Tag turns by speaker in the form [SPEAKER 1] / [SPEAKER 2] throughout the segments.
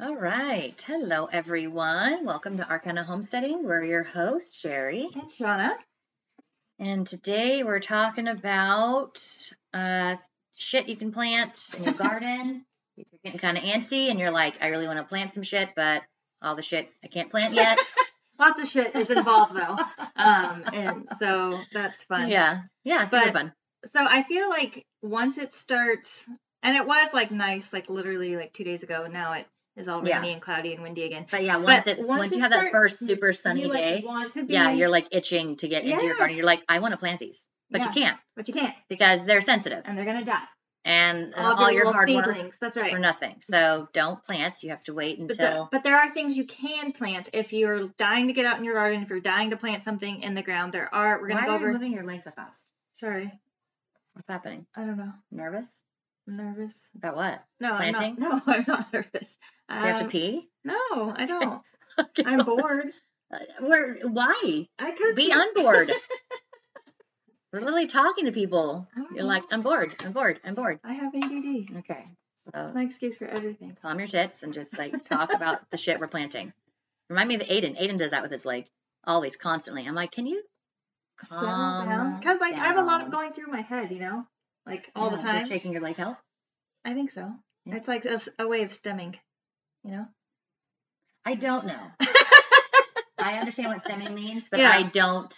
[SPEAKER 1] All right. Hello, everyone. Welcome to Arcana Homesteading. We're your host, Sherry.
[SPEAKER 2] And Shauna.
[SPEAKER 1] And today we're talking about uh, shit you can plant in your garden. If you're getting kind of antsy and you're like, I really want to plant some shit, but all the shit I can't plant yet.
[SPEAKER 2] Lots of shit is involved though. Um, and so that's fun.
[SPEAKER 1] yeah. Yeah. Super
[SPEAKER 2] But-
[SPEAKER 1] fun.
[SPEAKER 2] So I feel like once it starts, and it was like nice, like literally like two days ago, and now it is all
[SPEAKER 1] Yeah.
[SPEAKER 2] rainy and cloudy and windy again.
[SPEAKER 1] But yeah, once
[SPEAKER 2] but
[SPEAKER 1] it's
[SPEAKER 2] once
[SPEAKER 1] once, you
[SPEAKER 2] it
[SPEAKER 1] have that
[SPEAKER 2] starts,
[SPEAKER 1] first super sunny
[SPEAKER 2] you like
[SPEAKER 1] day,
[SPEAKER 2] want to be,
[SPEAKER 1] yeah, you're like itching to get into your garden.
[SPEAKER 2] Yes.
[SPEAKER 1] You're like, I want to plant these, but
[SPEAKER 2] Yeah.
[SPEAKER 1] you can't
[SPEAKER 2] but you can't,
[SPEAKER 1] because they're sensitive
[SPEAKER 2] and they're gonna die.
[SPEAKER 1] and, and
[SPEAKER 2] All, of
[SPEAKER 1] all your
[SPEAKER 2] little
[SPEAKER 1] hard work
[SPEAKER 2] seedlings. That's right.
[SPEAKER 1] for nothing. So don't plant. You have to wait
[SPEAKER 2] But,
[SPEAKER 1] until
[SPEAKER 2] the, but there are things you can plant if you're dying to get out in your garden. If you're dying to plant something in the ground, there are. We're gonna
[SPEAKER 1] Why
[SPEAKER 2] go
[SPEAKER 1] are
[SPEAKER 2] over.
[SPEAKER 1] you moving your legs so fast?
[SPEAKER 2] Sorry,
[SPEAKER 1] What's happening?
[SPEAKER 2] I don't know.
[SPEAKER 1] Nervous
[SPEAKER 2] I'm nervous.
[SPEAKER 1] about what?
[SPEAKER 2] No, I'm
[SPEAKER 1] Planting?
[SPEAKER 2] not. No, I'm not nervous.
[SPEAKER 1] Do you have to
[SPEAKER 2] Um,
[SPEAKER 1] pee?
[SPEAKER 2] No, I don't.
[SPEAKER 1] Okay,
[SPEAKER 2] I'm
[SPEAKER 1] well,
[SPEAKER 2] bored.
[SPEAKER 1] uh, We're why?
[SPEAKER 2] I cause
[SPEAKER 1] Be on board. We're literally talking to people.
[SPEAKER 2] I don't
[SPEAKER 1] You're like, I'm bored. I'm bored. I'm bored.
[SPEAKER 2] I have ADD.
[SPEAKER 1] Okay.
[SPEAKER 2] It's
[SPEAKER 1] So
[SPEAKER 2] my excuse for everything.
[SPEAKER 1] calm your tits and just like talk about the shit we're planting. Remind me of Aiden. Aiden does that with his leg always, constantly. I'm like, can you calm
[SPEAKER 2] Because like I have a lot
[SPEAKER 1] down?
[SPEAKER 2] of going through my head, you know, like all the
[SPEAKER 1] Yeah,
[SPEAKER 2] time.
[SPEAKER 1] Does shaking your leg help?
[SPEAKER 2] I think so.
[SPEAKER 1] Yeah.
[SPEAKER 2] It's like a, s- a way of stemming, you know.
[SPEAKER 1] I don't know. I understand what stemming means, but
[SPEAKER 2] Yeah.
[SPEAKER 1] I don't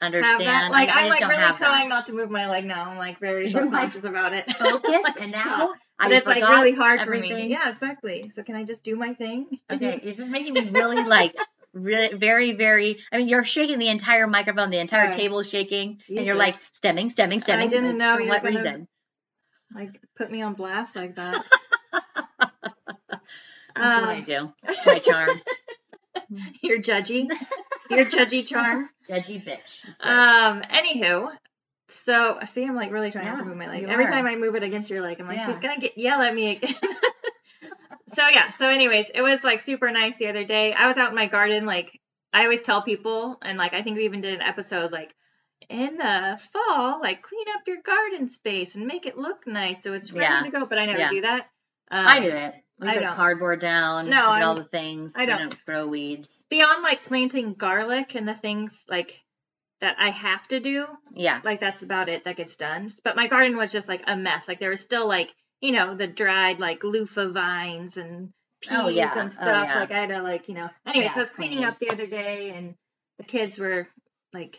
[SPEAKER 2] Have
[SPEAKER 1] understand.
[SPEAKER 2] that. Like
[SPEAKER 1] I
[SPEAKER 2] I'm
[SPEAKER 1] just
[SPEAKER 2] like
[SPEAKER 1] don't
[SPEAKER 2] really
[SPEAKER 1] have
[SPEAKER 2] trying
[SPEAKER 1] that.
[SPEAKER 2] not to move my leg now. I'm like very
[SPEAKER 1] You're, like,
[SPEAKER 2] self-conscious about it.
[SPEAKER 1] Focus,
[SPEAKER 2] Like,
[SPEAKER 1] and
[SPEAKER 2] stop.
[SPEAKER 1] now I
[SPEAKER 2] But it's like
[SPEAKER 1] forgot
[SPEAKER 2] really hard for me.
[SPEAKER 1] everything.
[SPEAKER 2] Yeah, exactly. So can I just do my thing?
[SPEAKER 1] Okay, it's just making me really like really, very, very. I mean, you're shaking the entire microphone, the entire
[SPEAKER 2] Sorry.
[SPEAKER 1] table is shaking, and you're
[SPEAKER 2] Jesus.
[SPEAKER 1] like stemming, stemming, stemming. Like,
[SPEAKER 2] didn't know
[SPEAKER 1] For
[SPEAKER 2] you were
[SPEAKER 1] what
[SPEAKER 2] gonna-
[SPEAKER 1] reason?
[SPEAKER 2] like put me on blast like that.
[SPEAKER 1] That's
[SPEAKER 2] um,
[SPEAKER 1] what I do. That's my charm,
[SPEAKER 2] You're judgy. Your judgy charm.
[SPEAKER 1] judgy bitch. I'm sorry.
[SPEAKER 2] Um. Anywho, so see, I'm like really trying not to
[SPEAKER 1] Yeah,
[SPEAKER 2] move my leg.
[SPEAKER 1] you
[SPEAKER 2] Every
[SPEAKER 1] are.
[SPEAKER 2] time I move it against your leg, I'm like,
[SPEAKER 1] Yeah.
[SPEAKER 2] she's gonna get yell at me. again." so yeah. So anyways, it was like super nice the other day. I was out in my garden. Like I always tell people, and like I think we even did an episode like. In the fall, like clean up your garden space and make it look nice so it's ready
[SPEAKER 1] Yeah.
[SPEAKER 2] to go. But I never
[SPEAKER 1] Yeah.
[SPEAKER 2] do that. Um,
[SPEAKER 1] I do it. We
[SPEAKER 2] I
[SPEAKER 1] put
[SPEAKER 2] don't.
[SPEAKER 1] cardboard down.
[SPEAKER 2] No,
[SPEAKER 1] we do all
[SPEAKER 2] I'm-
[SPEAKER 1] the things.
[SPEAKER 2] I
[SPEAKER 1] we
[SPEAKER 2] don't.
[SPEAKER 1] grow weeds.
[SPEAKER 2] beyond like planting garlic and the things like that I have to do,
[SPEAKER 1] Yeah,
[SPEAKER 2] like that's about it that gets done. But my garden was just like a mess. Like there was still like, you know, the dried like loofah vines and peas
[SPEAKER 1] Oh, yeah.
[SPEAKER 2] and
[SPEAKER 1] Oh,
[SPEAKER 2] stuff.
[SPEAKER 1] yeah.
[SPEAKER 2] Like I had to like, you know. Anyway,
[SPEAKER 1] Yeah,
[SPEAKER 2] so I was cleaning
[SPEAKER 1] cleaning.
[SPEAKER 2] up the other day and the kids were like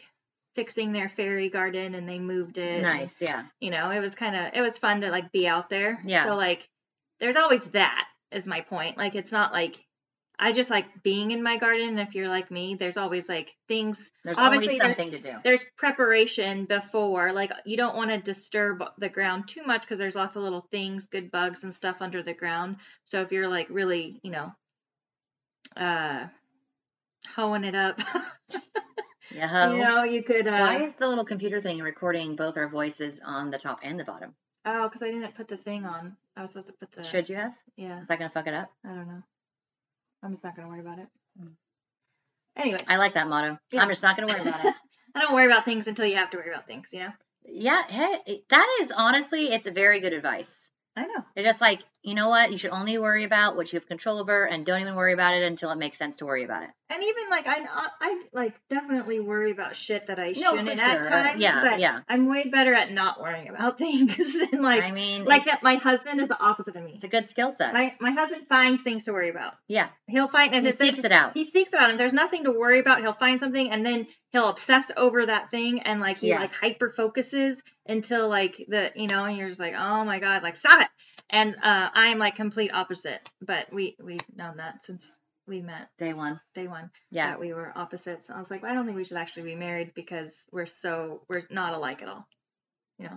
[SPEAKER 2] fixing their fairy garden and they moved it. and,
[SPEAKER 1] nice. Yeah,
[SPEAKER 2] You know, it was kind of it was fun to like be out there.
[SPEAKER 1] Yeah.
[SPEAKER 2] So like there's always that is my point. Like it's not like I just like being in my garden. If you're like me, there's always like things.
[SPEAKER 1] there's always
[SPEAKER 2] Obviously, there's-
[SPEAKER 1] something to do.
[SPEAKER 2] There's preparation before. Like you don't want to disturb the ground too much because there's lots of little things, good bugs and stuff under the ground. So if you're like really, you know, uh, hoeing it up,
[SPEAKER 1] Yeah.
[SPEAKER 2] you know, you could. Uh,
[SPEAKER 1] Oh. Why is the little computer thing recording both our voices on the top and the bottom?
[SPEAKER 2] Oh, because I didn't put the thing on. I was supposed to put the.
[SPEAKER 1] Should you have?
[SPEAKER 2] Yeah.
[SPEAKER 1] Is that gonna fuck it up?
[SPEAKER 2] I don't know. I'm just not gonna worry about it.
[SPEAKER 1] Mm.
[SPEAKER 2] Anyways,
[SPEAKER 1] I like that motto.
[SPEAKER 2] Yeah.
[SPEAKER 1] I'm just not gonna worry about it.
[SPEAKER 2] I don't worry about things until you have to worry about things. You know.
[SPEAKER 1] yeah, hey, that is honestly, it's very good advice.
[SPEAKER 2] I know.
[SPEAKER 1] It's just like, you know what? You should only worry about what you have control over, and don't even worry about it until it makes sense to worry about it.
[SPEAKER 2] And even like I, I like definitely worry about shit that I
[SPEAKER 1] No, for
[SPEAKER 2] shouldn't at
[SPEAKER 1] sure.
[SPEAKER 2] times.
[SPEAKER 1] Yeah,
[SPEAKER 2] but
[SPEAKER 1] yeah.
[SPEAKER 2] I'm way better at not worrying about things than like
[SPEAKER 1] I mean,
[SPEAKER 2] like
[SPEAKER 1] it's,
[SPEAKER 2] that. My husband is the opposite of me.
[SPEAKER 1] it's a good skill set.
[SPEAKER 2] My my husband finds things to worry about.
[SPEAKER 1] Yeah.
[SPEAKER 2] He'll find and
[SPEAKER 1] He
[SPEAKER 2] it's-
[SPEAKER 1] seeks it out.
[SPEAKER 2] He seeks it out, and there's nothing to worry about. He'll find something, and then he'll obsess over that thing, and like he
[SPEAKER 1] Yeah.
[SPEAKER 2] like hyper focuses until like the you know, and you're just like, oh my god, like stop it. And uh, I'm like complete opposite, but we we've known that since we met
[SPEAKER 1] Day one.
[SPEAKER 2] day one
[SPEAKER 1] Yeah.
[SPEAKER 2] that we were opposites. I was like, well, I don't think we should actually be married because we're so we're not alike at all.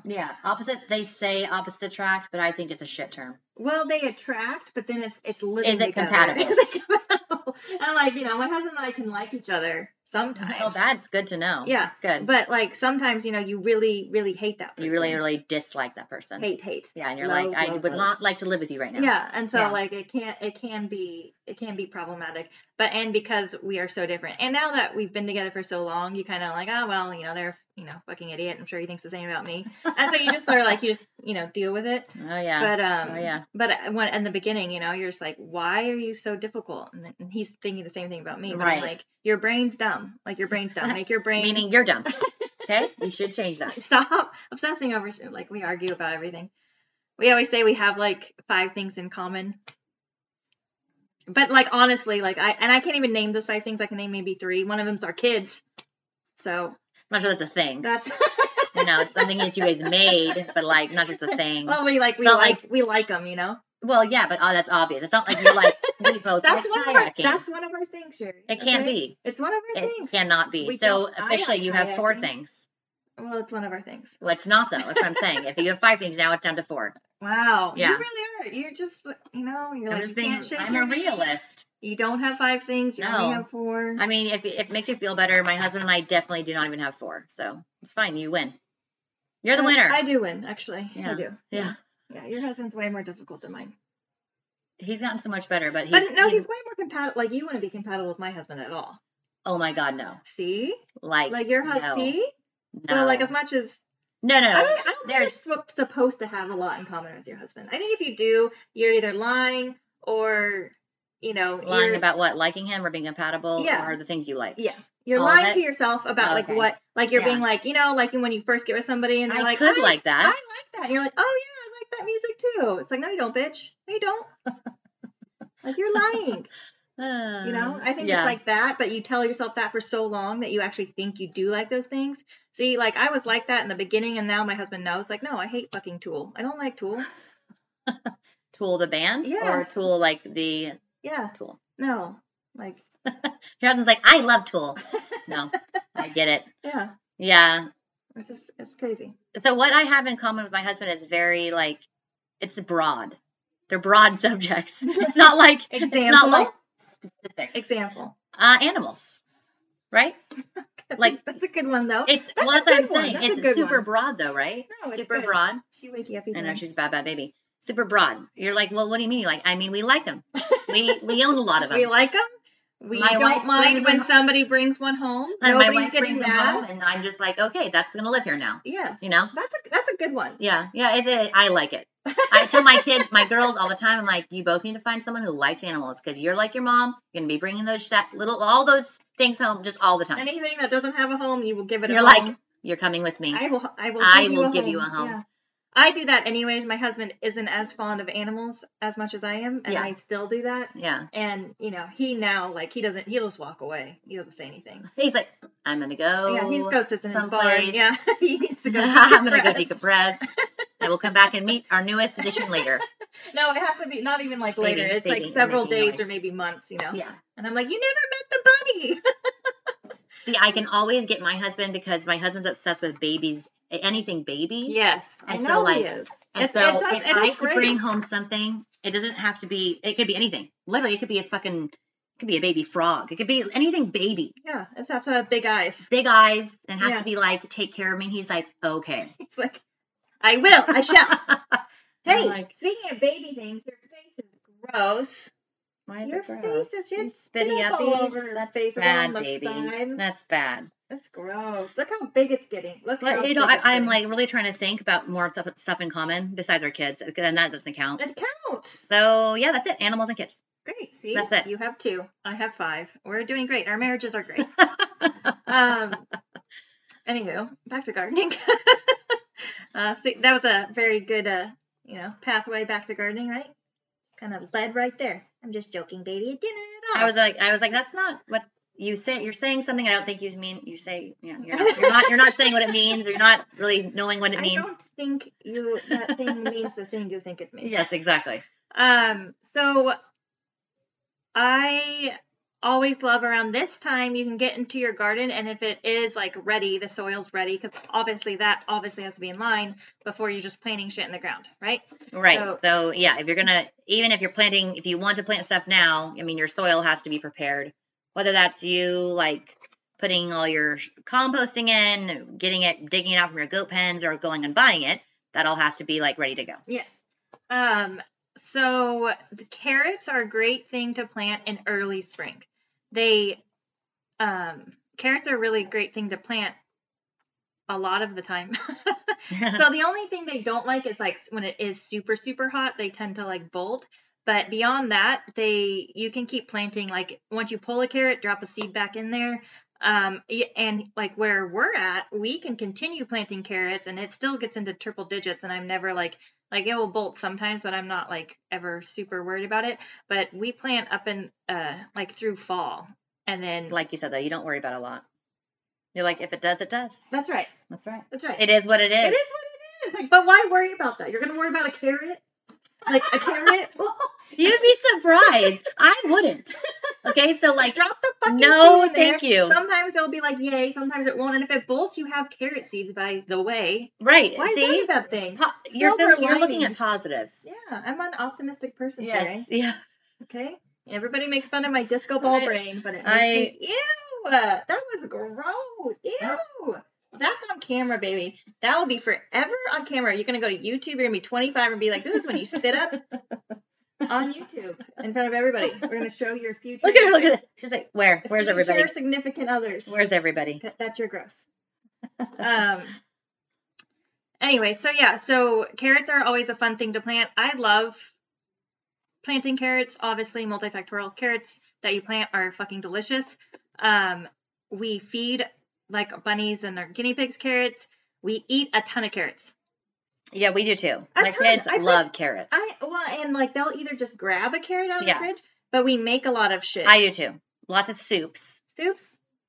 [SPEAKER 1] Yeah. Opposites, they say opposite attract, but I think it's a shit term.
[SPEAKER 2] Well, they attract, but then it's it's living
[SPEAKER 1] Is it
[SPEAKER 2] together.
[SPEAKER 1] compatible?
[SPEAKER 2] Is it compatible? And like you know, my husband and I can like each other sometimes.
[SPEAKER 1] Oh, that's good to know.
[SPEAKER 2] Yeah.
[SPEAKER 1] That's good.
[SPEAKER 2] But like sometimes, you know, you really, really hate that person.
[SPEAKER 1] you really, really dislike that person.
[SPEAKER 2] hate, hate.
[SPEAKER 1] Yeah, and you're
[SPEAKER 2] Love,
[SPEAKER 1] like, I
[SPEAKER 2] love,
[SPEAKER 1] would
[SPEAKER 2] love.
[SPEAKER 1] not like to live with you right now.
[SPEAKER 2] Yeah, and so
[SPEAKER 1] Yeah.
[SPEAKER 2] like it can it can be it can be problematic, but and because we are so different, and now that we've been together for so long, you kind of like oh well you know they're you know fucking idiot. I'm sure he thinks the same about me, and so you just sort of like you just you know deal with it.
[SPEAKER 1] Oh yeah.
[SPEAKER 2] But um
[SPEAKER 1] Oh, yeah.
[SPEAKER 2] but when in the beginning, you know, you're just like why are you so difficult? And, then, and he's thinking the same thing about me, but I'm
[SPEAKER 1] Right.
[SPEAKER 2] like your brain's dumb, like your brain's dumb, make your brain
[SPEAKER 1] Meaning you're dumb. okay, you should change that.
[SPEAKER 2] stop obsessing over shit. Like we argue about everything. We always say we have like five things in common. But like honestly, like I and I can't even name those five things. I can name maybe three. One of them's our kids. So
[SPEAKER 1] I'm not sure that's a thing.
[SPEAKER 2] that's
[SPEAKER 1] You know, it's something that you guys made, but like, I'm not sure it's a thing. Well,
[SPEAKER 2] well, we like we
[SPEAKER 1] But,
[SPEAKER 2] like, we like them, you know.
[SPEAKER 1] yeah, but oh, that's obvious. It's not like you're like we both
[SPEAKER 2] That's
[SPEAKER 1] like
[SPEAKER 2] one of our
[SPEAKER 1] kayaking.
[SPEAKER 2] that's one of our things, Sherry.
[SPEAKER 1] it can't
[SPEAKER 2] okay?
[SPEAKER 1] be.
[SPEAKER 2] It's one of our
[SPEAKER 1] It
[SPEAKER 2] things.
[SPEAKER 1] cannot be.
[SPEAKER 2] We
[SPEAKER 1] so
[SPEAKER 2] don't- I like
[SPEAKER 1] officially, you have four
[SPEAKER 2] kayaking.
[SPEAKER 1] things.
[SPEAKER 2] Well, it's one of our things.
[SPEAKER 1] Well, it's not though. That's what I'm saying. If you have five things now, it's down to four.
[SPEAKER 2] Wow.
[SPEAKER 1] Yeah.
[SPEAKER 2] You really are. You're just you know, you're
[SPEAKER 1] I'm
[SPEAKER 2] like
[SPEAKER 1] just
[SPEAKER 2] you
[SPEAKER 1] being.
[SPEAKER 2] can't shake
[SPEAKER 1] I'm
[SPEAKER 2] your
[SPEAKER 1] a
[SPEAKER 2] hand.
[SPEAKER 1] realist.
[SPEAKER 2] You don't have five things, you
[SPEAKER 1] No.
[SPEAKER 2] only have four.
[SPEAKER 1] I mean, if, if it makes you feel better, my husband and I definitely do not even have four. So it's fine. You win. You're the
[SPEAKER 2] I-
[SPEAKER 1] winner.
[SPEAKER 2] Uh, Um, I do win, actually.
[SPEAKER 1] Yeah.
[SPEAKER 2] I do.
[SPEAKER 1] yeah.
[SPEAKER 2] Yeah, your husband's way more difficult than mine.
[SPEAKER 1] He's gotten so much better, but he's,
[SPEAKER 2] But no,
[SPEAKER 1] he's-
[SPEAKER 2] he's, way more compatible. Like you wouldn't be compatible with my husband at all.
[SPEAKER 1] oh my god, no.
[SPEAKER 2] See,
[SPEAKER 1] Like
[SPEAKER 2] like your
[SPEAKER 1] no,
[SPEAKER 2] husband. See,
[SPEAKER 1] no.
[SPEAKER 2] so like as much as
[SPEAKER 1] no, no,
[SPEAKER 2] I don't, I don't think you're
[SPEAKER 1] there's-
[SPEAKER 2] sup- supposed to have a lot in common with your husband. I think if you do, you're either lying or you know
[SPEAKER 1] lying
[SPEAKER 2] you're-
[SPEAKER 1] about what liking him or being compatible
[SPEAKER 2] Yeah.
[SPEAKER 1] or the things you like.
[SPEAKER 2] Yeah. You're
[SPEAKER 1] all
[SPEAKER 2] lying
[SPEAKER 1] Oh, that-
[SPEAKER 2] to yourself about like
[SPEAKER 1] Okay.
[SPEAKER 2] what, like you're
[SPEAKER 1] Yeah.
[SPEAKER 2] being like, you know, like when you first get with somebody and they're
[SPEAKER 1] I
[SPEAKER 2] like,
[SPEAKER 1] could
[SPEAKER 2] I,
[SPEAKER 1] like
[SPEAKER 2] I
[SPEAKER 1] that.
[SPEAKER 2] like that. And you're like, oh yeah, I like that music too. It's like, no, you don't, bitch. No, you don't. like you're lying.
[SPEAKER 1] Uh,
[SPEAKER 2] You know,
[SPEAKER 1] Um,
[SPEAKER 2] I think it's like that, but you tell yourself that for so long that you actually think you do like those things. See, like I was like that in the beginning, and now my husband knows, like, no, I hate fucking Tool. I don't like Tool.
[SPEAKER 1] Tool the band or
[SPEAKER 2] Yes.
[SPEAKER 1] Tool like the
[SPEAKER 2] Yeah,
[SPEAKER 1] Tool.
[SPEAKER 2] no, like,
[SPEAKER 1] Your husband's like, I love Tool. No, I get it.
[SPEAKER 2] yeah,
[SPEAKER 1] Yeah.
[SPEAKER 2] it's just it's crazy.
[SPEAKER 1] So what I have in common with my husband is very like, it's broad. They're broad subjects. It's not like it's not
[SPEAKER 2] Example?
[SPEAKER 1] like specific
[SPEAKER 2] Example,
[SPEAKER 1] uh, animals, right? Like-
[SPEAKER 2] that's a good one though.
[SPEAKER 1] It's
[SPEAKER 2] That's
[SPEAKER 1] well,
[SPEAKER 2] a
[SPEAKER 1] that's what I'm
[SPEAKER 2] good one.
[SPEAKER 1] saying.
[SPEAKER 2] That's a
[SPEAKER 1] It's
[SPEAKER 2] good
[SPEAKER 1] super
[SPEAKER 2] one.
[SPEAKER 1] broad though, right?
[SPEAKER 2] No, it's
[SPEAKER 1] super
[SPEAKER 2] good.
[SPEAKER 1] broad.
[SPEAKER 2] She wakey up.
[SPEAKER 1] I
[SPEAKER 2] even
[SPEAKER 1] know
[SPEAKER 2] more.
[SPEAKER 1] she's a bad, bad baby. Super broad. You're like, well, what do you mean? You're like, I mean, we like them. We we own a lot of them.
[SPEAKER 2] We like them. We
[SPEAKER 1] My wife
[SPEAKER 2] don't mind
[SPEAKER 1] brings
[SPEAKER 2] when
[SPEAKER 1] them-
[SPEAKER 2] somebody brings one home.
[SPEAKER 1] and my
[SPEAKER 2] Nobody's
[SPEAKER 1] wife
[SPEAKER 2] getting
[SPEAKER 1] brings them
[SPEAKER 2] mad.
[SPEAKER 1] home, and I'm just like, okay, that's gonna live here now.
[SPEAKER 2] Yeah,
[SPEAKER 1] You know?
[SPEAKER 2] that's a that's a good one.
[SPEAKER 1] Yeah, yeah. It's a, I like it. I tell my kids, my girls all the time, I'm like, you both need to find someone who likes animals because you're like your mom. You're gonna be bringing those that little all those things home just all the time.
[SPEAKER 2] Anything that doesn't have a home, you will give it. a
[SPEAKER 1] You're like,
[SPEAKER 2] home.
[SPEAKER 1] You're coming with me.
[SPEAKER 2] I will. I will.
[SPEAKER 1] I
[SPEAKER 2] give
[SPEAKER 1] will
[SPEAKER 2] you a
[SPEAKER 1] give
[SPEAKER 2] home.
[SPEAKER 1] you a home.
[SPEAKER 2] Yeah. I do that anyways. My husband isn't as fond of animals as much as I am, and
[SPEAKER 1] Yeah.
[SPEAKER 2] I still do that.
[SPEAKER 1] yeah.
[SPEAKER 2] And you know, he now like he doesn't. He'll just walk away. He doesn't say anything.
[SPEAKER 1] He's like, I'm gonna go.
[SPEAKER 2] yeah, he just goes sits in his barn.
[SPEAKER 1] someplace.
[SPEAKER 2] Yeah, he needs to go.
[SPEAKER 1] Oh, I'm gonna go
[SPEAKER 2] decompress.
[SPEAKER 1] decompress. I will come back and meet our newest addition later.
[SPEAKER 2] No, it has to be not even like later.
[SPEAKER 1] Baby,
[SPEAKER 2] it's
[SPEAKER 1] baby,
[SPEAKER 2] like
[SPEAKER 1] you're
[SPEAKER 2] several
[SPEAKER 1] making
[SPEAKER 2] days
[SPEAKER 1] noise.
[SPEAKER 2] or maybe months. You know.
[SPEAKER 1] Yeah.
[SPEAKER 2] And I'm like, you never met the bunny.
[SPEAKER 1] See, I can always get my husband because my husband's obsessed with babies, anything baby.
[SPEAKER 2] Yes, I
[SPEAKER 1] And so,
[SPEAKER 2] know
[SPEAKER 1] like-
[SPEAKER 2] he is.
[SPEAKER 1] And
[SPEAKER 2] It's-
[SPEAKER 1] so
[SPEAKER 2] it does-
[SPEAKER 1] if
[SPEAKER 2] it
[SPEAKER 1] I
[SPEAKER 2] is
[SPEAKER 1] could
[SPEAKER 2] great.
[SPEAKER 1] bring home something, it doesn't have to be. It could be anything. Literally, it could be a fucking. It could be a baby frog. It could be anything baby.
[SPEAKER 2] Yeah, it's have to have big eyes.
[SPEAKER 1] Big eyes and has
[SPEAKER 2] Yeah.
[SPEAKER 1] to be like take care of me. He's like okay.
[SPEAKER 2] It's like, I will, I shall. hey,
[SPEAKER 1] I'm like-
[SPEAKER 2] speaking of baby things, your face is gross.
[SPEAKER 1] Why is
[SPEAKER 2] your
[SPEAKER 1] it gross?
[SPEAKER 2] face is
[SPEAKER 1] You
[SPEAKER 2] just
[SPEAKER 1] spitty
[SPEAKER 2] spit up
[SPEAKER 1] uppies?
[SPEAKER 2] all over your
[SPEAKER 1] That's
[SPEAKER 2] face,
[SPEAKER 1] bad,
[SPEAKER 2] around the
[SPEAKER 1] baby.
[SPEAKER 2] side.
[SPEAKER 1] That's bad.
[SPEAKER 2] That's gross. Look how big it's getting. Look, how
[SPEAKER 1] But you know,
[SPEAKER 2] big it's
[SPEAKER 1] I, I'm
[SPEAKER 2] getting.
[SPEAKER 1] like really trying to think about more stuff, stuff in common besides our kids, and that doesn't count.
[SPEAKER 2] it counts.
[SPEAKER 1] So yeah, that's it. Animals and kids.
[SPEAKER 2] Great. See,
[SPEAKER 1] That's it.
[SPEAKER 2] You have two. I have five. We're doing great. Our marriages are great. um. Anywho, back to gardening. uh, see, that was a very good, uh, you know, pathway back to gardening, right? Kind of led right there. I'm just joking, baby. It didn't at all.
[SPEAKER 1] I was like, I was like, that's not what you say. You're saying something I don't think you mean. You say, you know, you're not, you're not, you're not saying what it means. Or you're not really knowing what it
[SPEAKER 2] I
[SPEAKER 1] means.
[SPEAKER 2] don't think you that thing means the thing you think it means.
[SPEAKER 1] Yes, exactly.
[SPEAKER 2] Um, so I always love around this time you can get into your garden and if it is like ready, the soil's ready because obviously that obviously has to be in line before you're just planting shit in the ground, right?
[SPEAKER 1] Right. So,
[SPEAKER 2] So-
[SPEAKER 1] yeah, if you're gonna, even if you're planting, if you want to plant stuff now, I mean, your soil has to be prepared. Whether that's you like putting all your composting in, getting it, digging it out from your goat pens, or going and buying it. That all has to be like ready to go.
[SPEAKER 2] Yes. Um, so the carrots are a great thing to plant in early spring. They um, carrots are a really great thing to plant a lot of the time. so the only thing they don't like is like when it is super super hot, they tend to like bolt. But beyond that, they you can keep planting. Like once you pull a carrot, drop a seed back in there. Um, y- and like where we're at, we can continue planting carrots, and it still gets into triple digits. And I'm never like like it will bolt sometimes, but I'm not like ever super worried about it. But we plant up in uh like through fall, and then
[SPEAKER 1] like you said though, you don't worry about a lot. You're like, if it does, it does.
[SPEAKER 2] that's right,
[SPEAKER 1] That's right.
[SPEAKER 2] that's right.
[SPEAKER 1] It is what it is.
[SPEAKER 2] It is what it is. Like, but why worry about that? You're gonna worry about a carrot, like a carrot.
[SPEAKER 1] You'd be surprised. I wouldn't. Okay, so like
[SPEAKER 2] drop the fucking
[SPEAKER 1] No,
[SPEAKER 2] seed in there.
[SPEAKER 1] thank you.
[SPEAKER 2] Sometimes it'll be like yay, sometimes it won't. And if it bolts, you have carrot seeds by the way.
[SPEAKER 1] right.
[SPEAKER 2] Why worry
[SPEAKER 1] see,
[SPEAKER 2] about things?
[SPEAKER 1] Po- you're,
[SPEAKER 2] Silver
[SPEAKER 1] feeling- you're looking at
[SPEAKER 2] linings.
[SPEAKER 1] positives.
[SPEAKER 2] Yeah, I'm an optimistic person. Today,
[SPEAKER 1] Yeah.
[SPEAKER 2] okay. Everybody makes fun of my disco ball
[SPEAKER 1] I-
[SPEAKER 2] brain, but it makes
[SPEAKER 1] I-
[SPEAKER 2] me ew. That was gross. Ew. That's on camera, baby. That will be forever on camera. You're gonna go to YouTube. You're gonna be 25 and be like, "This is when you spit up on YouTube in front of everybody." We're gonna show your future.
[SPEAKER 1] Look at her. Look at her. She's like, where? Where's
[SPEAKER 2] future
[SPEAKER 1] everybody?
[SPEAKER 2] Significant others.
[SPEAKER 1] Where's everybody?
[SPEAKER 2] That- That's your gross. Um. Anyway, so yeah, so carrots are always a fun thing to plant. I love planting carrots. Obviously, multifactorial carrots that you plant are fucking delicious. Um, we feed like bunnies and our guinea pigs carrots. We eat a ton of carrots.
[SPEAKER 1] Yeah, we do too.
[SPEAKER 2] A
[SPEAKER 1] My
[SPEAKER 2] ton.
[SPEAKER 1] kids
[SPEAKER 2] I
[SPEAKER 1] love carrots.
[SPEAKER 2] I well, and like they'll either just grab a carrot out of
[SPEAKER 1] Yeah.
[SPEAKER 2] the fridge, but we make a lot of shit.
[SPEAKER 1] I do too. Lots of soups.
[SPEAKER 2] Soups,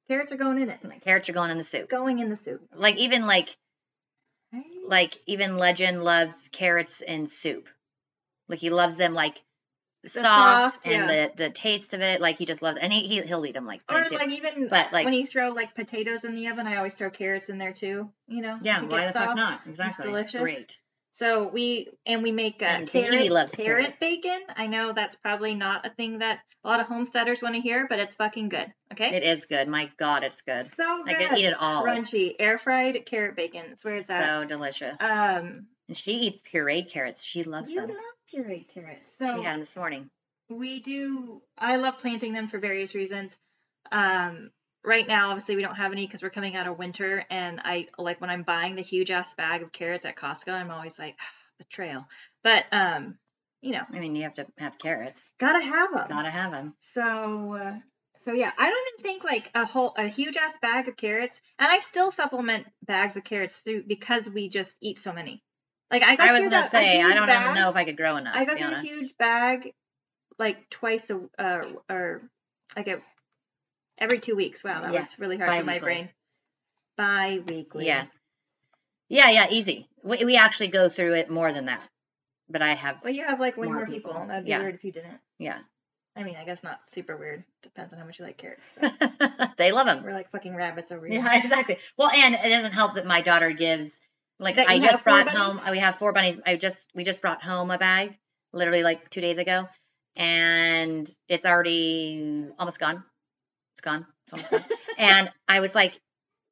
[SPEAKER 2] carrots are going in it,
[SPEAKER 1] Carrots are going in the soup.
[SPEAKER 2] going in the soup.
[SPEAKER 1] Like even like like even Legend loves carrots in soup. Like he loves them like soft,
[SPEAKER 2] soft,
[SPEAKER 1] and the the taste of it. Like he just loves and he, he he'll eat them like plain
[SPEAKER 2] Or
[SPEAKER 1] too.
[SPEAKER 2] like even
[SPEAKER 1] but like
[SPEAKER 2] when you throw like potatoes in the oven, I always throw carrots in there too. You know,
[SPEAKER 1] yeah,
[SPEAKER 2] to
[SPEAKER 1] why
[SPEAKER 2] get
[SPEAKER 1] the
[SPEAKER 2] soft.
[SPEAKER 1] fuck not? Exactly. It's
[SPEAKER 2] delicious.
[SPEAKER 1] great.
[SPEAKER 2] So we and we make uh,
[SPEAKER 1] And Tahiti
[SPEAKER 2] carrot
[SPEAKER 1] loves
[SPEAKER 2] carrot
[SPEAKER 1] carrots.
[SPEAKER 2] bacon. I know that's probably not a thing that a lot of homesteaders want to hear, but it's fucking good. Okay,
[SPEAKER 1] It is good. My God, it's good.
[SPEAKER 2] so
[SPEAKER 1] I
[SPEAKER 2] good,
[SPEAKER 1] could eat it all.
[SPEAKER 2] crunchy, air fried carrot bacon. It's where it's at.
[SPEAKER 1] So delicious.
[SPEAKER 2] Um,
[SPEAKER 1] and she eats pureed carrots. She loves
[SPEAKER 2] you
[SPEAKER 1] them.
[SPEAKER 2] love pureed carrots.
[SPEAKER 1] She
[SPEAKER 2] So
[SPEAKER 1] had them this morning.
[SPEAKER 2] we do i love planting them for various reasons um right now obviously we don't have any because we're coming out of winter and i like when i'm buying the huge ass bag of carrots at costco i'm always like betrayal but um you know
[SPEAKER 1] I mean, you have to have carrots.
[SPEAKER 2] gotta have them
[SPEAKER 1] Gotta have them.
[SPEAKER 2] so uh, so yeah i don't even think like a whole a huge ass bag of carrots and i still supplement bags of carrots through because we just eat so many like i, got
[SPEAKER 1] I was
[SPEAKER 2] through
[SPEAKER 1] gonna
[SPEAKER 2] that- a
[SPEAKER 1] say I
[SPEAKER 2] huge
[SPEAKER 1] don't
[SPEAKER 2] bag-
[SPEAKER 1] know if I could grow enough. to
[SPEAKER 2] I got
[SPEAKER 1] be
[SPEAKER 2] through a
[SPEAKER 1] honest.
[SPEAKER 2] huge bag like twice a uh, or like a, every two weeks. Wow, that
[SPEAKER 1] Yeah,
[SPEAKER 2] was really hard for my
[SPEAKER 1] bi-weekly.
[SPEAKER 2] brain. Bi weekly.
[SPEAKER 1] Yeah. Yeah, yeah, easy. We, we actually go through it more than that. But I have,
[SPEAKER 2] Well, you have like way
[SPEAKER 1] More
[SPEAKER 2] more,
[SPEAKER 1] people.
[SPEAKER 2] people. That'd be
[SPEAKER 1] Yeah.
[SPEAKER 2] weird if you didn't.
[SPEAKER 1] yeah.
[SPEAKER 2] I mean, I guess not super weird. Depends on how much you like carrots.
[SPEAKER 1] they love them.
[SPEAKER 2] We're like fucking rabbits over here.
[SPEAKER 1] Yeah, exactly. Well, and it doesn't help that my daughter gives, like,
[SPEAKER 2] That
[SPEAKER 1] I
[SPEAKER 2] you
[SPEAKER 1] just
[SPEAKER 2] have four
[SPEAKER 1] brought home,
[SPEAKER 2] bunnies?
[SPEAKER 1] we have four bunnies. I just, we just brought home a bag literally like two days ago. And it's already almost gone. It's gone. It's almost gone. and I was like,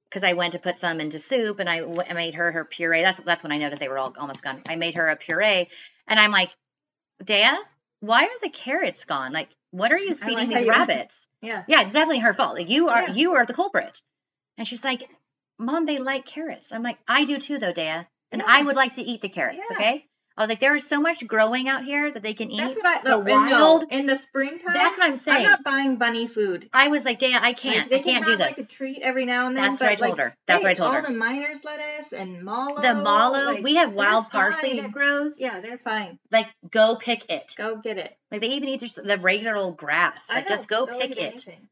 [SPEAKER 1] because I went to put some into soup and I, w- I made her her puree. That's that's when I noticed they were all almost gone. I made her a puree, and I'm like, Dea, why are the carrots gone? Like, what are you
[SPEAKER 2] I like
[SPEAKER 1] feeding
[SPEAKER 2] how
[SPEAKER 1] these
[SPEAKER 2] you-
[SPEAKER 1] rabbits?
[SPEAKER 2] Yeah.
[SPEAKER 1] Yeah, it's definitely her fault. Like, you are
[SPEAKER 2] Yeah.
[SPEAKER 1] you are the culprit. And she's like, Mom, they like carrots. I'm like, I do too, though, Dea, and I
[SPEAKER 2] Yeah.
[SPEAKER 1] would like to eat the carrots.
[SPEAKER 2] Yeah.
[SPEAKER 1] Okay. I was like, there is so much growing out here that they can eat.
[SPEAKER 2] That's what I
[SPEAKER 1] the
[SPEAKER 2] no, in
[SPEAKER 1] wild-
[SPEAKER 2] in the springtime.
[SPEAKER 1] That's what I'm
[SPEAKER 2] I'm
[SPEAKER 1] saying.
[SPEAKER 2] not buying bunny food.
[SPEAKER 1] I was like, Dea, I
[SPEAKER 2] Like,
[SPEAKER 1] can't.
[SPEAKER 2] they
[SPEAKER 1] I can't
[SPEAKER 2] can
[SPEAKER 1] do
[SPEAKER 2] have,
[SPEAKER 1] this.
[SPEAKER 2] Like a treat every now and then.
[SPEAKER 1] That's what I
[SPEAKER 2] but, like,
[SPEAKER 1] told her. That's what I
[SPEAKER 2] hey,
[SPEAKER 1] told her.
[SPEAKER 2] All the miner's lettuce and mallow.
[SPEAKER 1] The mallow,
[SPEAKER 2] like,
[SPEAKER 1] we have
[SPEAKER 2] they're
[SPEAKER 1] wild parsley
[SPEAKER 2] fine.
[SPEAKER 1] that grows.
[SPEAKER 2] Yeah, they're fine.
[SPEAKER 1] Like, go pick it.
[SPEAKER 2] Go get it.
[SPEAKER 1] Like, they even eat just the regular old grass.
[SPEAKER 2] I
[SPEAKER 1] Like, just go
[SPEAKER 2] know, they'll
[SPEAKER 1] pick
[SPEAKER 2] eat
[SPEAKER 1] it.
[SPEAKER 2] anything.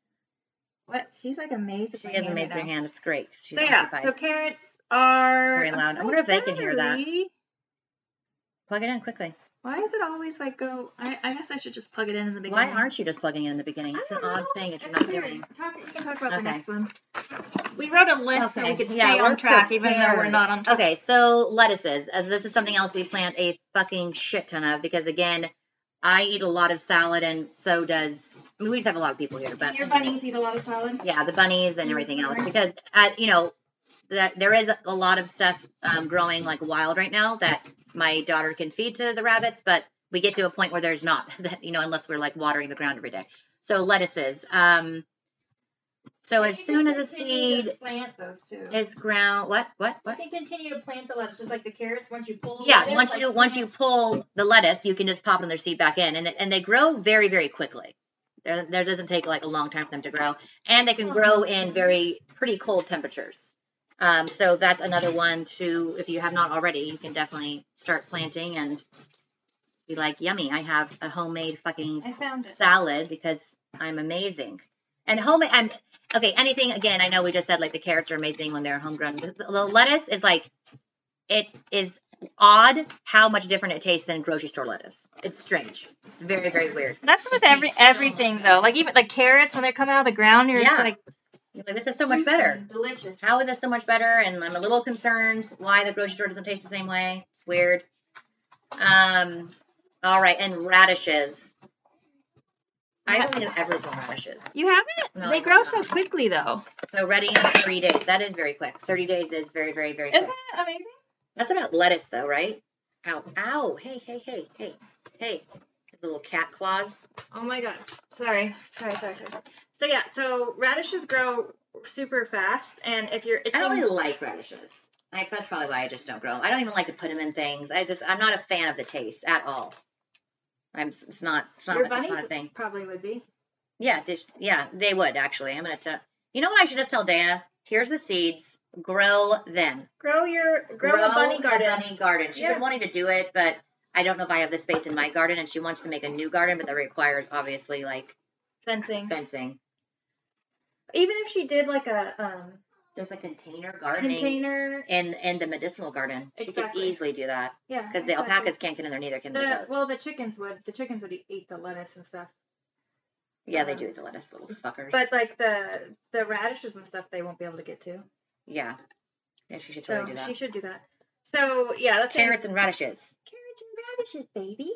[SPEAKER 2] What? She's like amazed. at
[SPEAKER 1] She
[SPEAKER 2] my
[SPEAKER 1] has
[SPEAKER 2] hand
[SPEAKER 1] amazing
[SPEAKER 2] right now.
[SPEAKER 1] hand. It's great. She's
[SPEAKER 2] So yeah,
[SPEAKER 1] occupied.
[SPEAKER 2] so carrots are
[SPEAKER 1] Very loud. I wonder if they can hear that.
[SPEAKER 2] Battery.
[SPEAKER 1] Plug it in quickly.
[SPEAKER 2] Why is it always like go? I, I guess I should just plug it in in the beginning.
[SPEAKER 1] Why aren't you just plugging it in the beginning?
[SPEAKER 2] I
[SPEAKER 1] It's an
[SPEAKER 2] don't
[SPEAKER 1] odd
[SPEAKER 2] know.
[SPEAKER 1] thing that you're
[SPEAKER 2] That's
[SPEAKER 1] not
[SPEAKER 2] weird.
[SPEAKER 1] doing.
[SPEAKER 2] Talk, you can talk about
[SPEAKER 1] Okay.
[SPEAKER 2] the next one. We wrote a list so we
[SPEAKER 1] Okay,
[SPEAKER 2] could
[SPEAKER 1] yeah,
[SPEAKER 2] stay
[SPEAKER 1] we're
[SPEAKER 2] on track, even though we're
[SPEAKER 1] prepared. Oh,
[SPEAKER 2] not on track.
[SPEAKER 1] Okay, so lettuces. As this is something else we plant a fucking shit ton of because again, I eat a lot of salad and so does I mean, we just have a lot of people here, but
[SPEAKER 2] Your bunnies eat a lot of salad.
[SPEAKER 1] yeah, the bunnies and
[SPEAKER 2] Yeah,
[SPEAKER 1] everything else
[SPEAKER 2] sure.
[SPEAKER 1] because uh, you know that there is a lot of stuff um, growing like wild right now that my daughter can feed to the rabbits, but we get to a point where there's not that you know unless we're like watering the ground every day. So lettuces. Um, so
[SPEAKER 2] And
[SPEAKER 1] as
[SPEAKER 2] you can
[SPEAKER 1] soon as a
[SPEAKER 2] continue to
[SPEAKER 1] seed
[SPEAKER 2] Plant those too.
[SPEAKER 1] is ground, what what
[SPEAKER 2] You
[SPEAKER 1] what?
[SPEAKER 2] can continue to plant the lettuce, just like the carrots, once you pull. the
[SPEAKER 1] Yeah,
[SPEAKER 2] lettuce,
[SPEAKER 1] once
[SPEAKER 2] like,
[SPEAKER 1] you once you pull the lettuce, you can just pop another seed back in, and it- and they grow very very quickly. There there doesn't take like a long time for them to grow, and they can grow in very pretty cold temperatures. Um, so that's another one to if you have not already, you can definitely start planting and be like, yummy! I have a homemade fucking
[SPEAKER 2] I found it.
[SPEAKER 1] salad because I'm amazing. And homemade, I'm okay. Anything again? I know we just said like the carrots are amazing when they're homegrown. but The the lettuce is like, it is odd how much different it tastes than grocery store lettuce. It's strange. It's very very weird.
[SPEAKER 2] That's with
[SPEAKER 1] It
[SPEAKER 2] every
[SPEAKER 1] tastes so
[SPEAKER 2] everything
[SPEAKER 1] much
[SPEAKER 2] though. Like even like carrots when they're coming out of the ground, you're
[SPEAKER 1] Yeah.
[SPEAKER 2] just like
[SPEAKER 1] You're like, this is so much better.
[SPEAKER 2] delicious.
[SPEAKER 1] How is this so much better? And I'm a little concerned why the grocery store doesn't taste the same way. It's weird. Um, all right, and radishes. I don't think I've ever grown radishes.
[SPEAKER 2] You haven't?
[SPEAKER 1] No, I
[SPEAKER 2] they grow
[SPEAKER 1] have
[SPEAKER 2] so
[SPEAKER 1] not.
[SPEAKER 2] quickly though.
[SPEAKER 1] So ready in 30 days. That is very quick. 30 days is very, very, very
[SPEAKER 2] Isn't
[SPEAKER 1] quick.
[SPEAKER 2] it amazing?
[SPEAKER 1] That's about lettuce, though, right? Ow, ow. Hey, hey, hey, hey, hey. The little cat claws.
[SPEAKER 2] Oh my god. Sorry. Sorry, sorry, sorry. So yeah, so radishes grow super fast and if you're it's
[SPEAKER 1] I don't
[SPEAKER 2] in-
[SPEAKER 1] really like radishes. I, that's probably why I just don't grow. 'em. I don't even like to put them in things. I just, I'm not a fan of the taste at all. I'm, it's not, it's not,
[SPEAKER 2] Your
[SPEAKER 1] it's not
[SPEAKER 2] bunnies-
[SPEAKER 1] a thing.
[SPEAKER 2] probably would be.
[SPEAKER 1] Yeah, just, yeah, they would actually. I'm gonna tell. You know what? I should just tell Dana. Here's the seeds. Grow them.
[SPEAKER 2] Grow your grow, a bunny garden.
[SPEAKER 1] bunny garden. She's
[SPEAKER 2] Yeah.
[SPEAKER 1] been wanting to do it, but I don't know if I have the space in my garden, and she wants to make a new garden, but that requires obviously like
[SPEAKER 2] Fencing.
[SPEAKER 1] fencing.
[SPEAKER 2] Even if she did like a um
[SPEAKER 1] There's a container gardening
[SPEAKER 2] container.
[SPEAKER 1] in in the medicinal garden. She could
[SPEAKER 2] Exactly.
[SPEAKER 1] easily do that
[SPEAKER 2] Yeah.
[SPEAKER 1] because the
[SPEAKER 2] exactly.
[SPEAKER 1] alpacas can't get in there neither can the,
[SPEAKER 2] The,
[SPEAKER 1] goats.
[SPEAKER 2] well, the chickens would. The chickens would e- eat the lettuce and stuff.
[SPEAKER 1] yeah, they do eat the lettuce, little fuckers.
[SPEAKER 2] But like the the radishes and stuff, they won't be able to get to.
[SPEAKER 1] yeah, yeah, she should
[SPEAKER 2] So
[SPEAKER 1] totally do
[SPEAKER 2] she
[SPEAKER 1] that.
[SPEAKER 2] should do that. So yeah, that's
[SPEAKER 1] Carrots and radishes.
[SPEAKER 2] carrots and radishes, baby.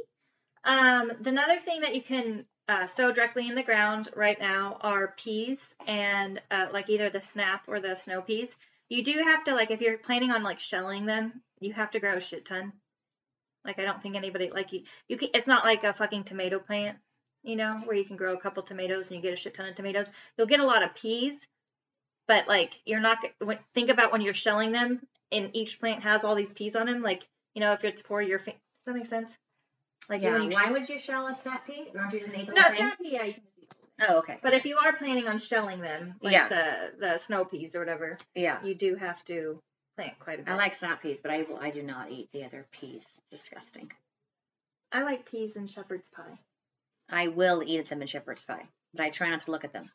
[SPEAKER 2] Um, the- another thing that you can uh, sow directly in the ground right now are peas and uh, like either the snap or the snow peas. You do have to like if you're planning on like shelling them, you have to grow a shit ton. Like I don't think anybody like you. You can. It's not like a fucking tomato plant, you know, where you can grow a couple tomatoes and you get a shit ton of tomatoes. You'll get a lot of peas, but like you're not. g- when- Think about when you're shelling them, and each plant has all these peas on them. Like you know, if it's for your, fa- does that make sense? Like when you
[SPEAKER 1] would you shell a snap pea? Aren't you just making
[SPEAKER 2] no, it's not pea. Yeah, you can see.
[SPEAKER 1] Oh, okay.
[SPEAKER 2] But if you are planning on shelling them, like
[SPEAKER 1] Yeah.
[SPEAKER 2] the the snow peas or whatever,
[SPEAKER 1] Yeah.
[SPEAKER 2] you do have to plant quite a bit.
[SPEAKER 1] I like snap peas, but I will, I do not eat the other peas. Disgusting.
[SPEAKER 2] I like peas and shepherd's pie.
[SPEAKER 1] I will eat them in shepherd's pie, but I try not to look at them.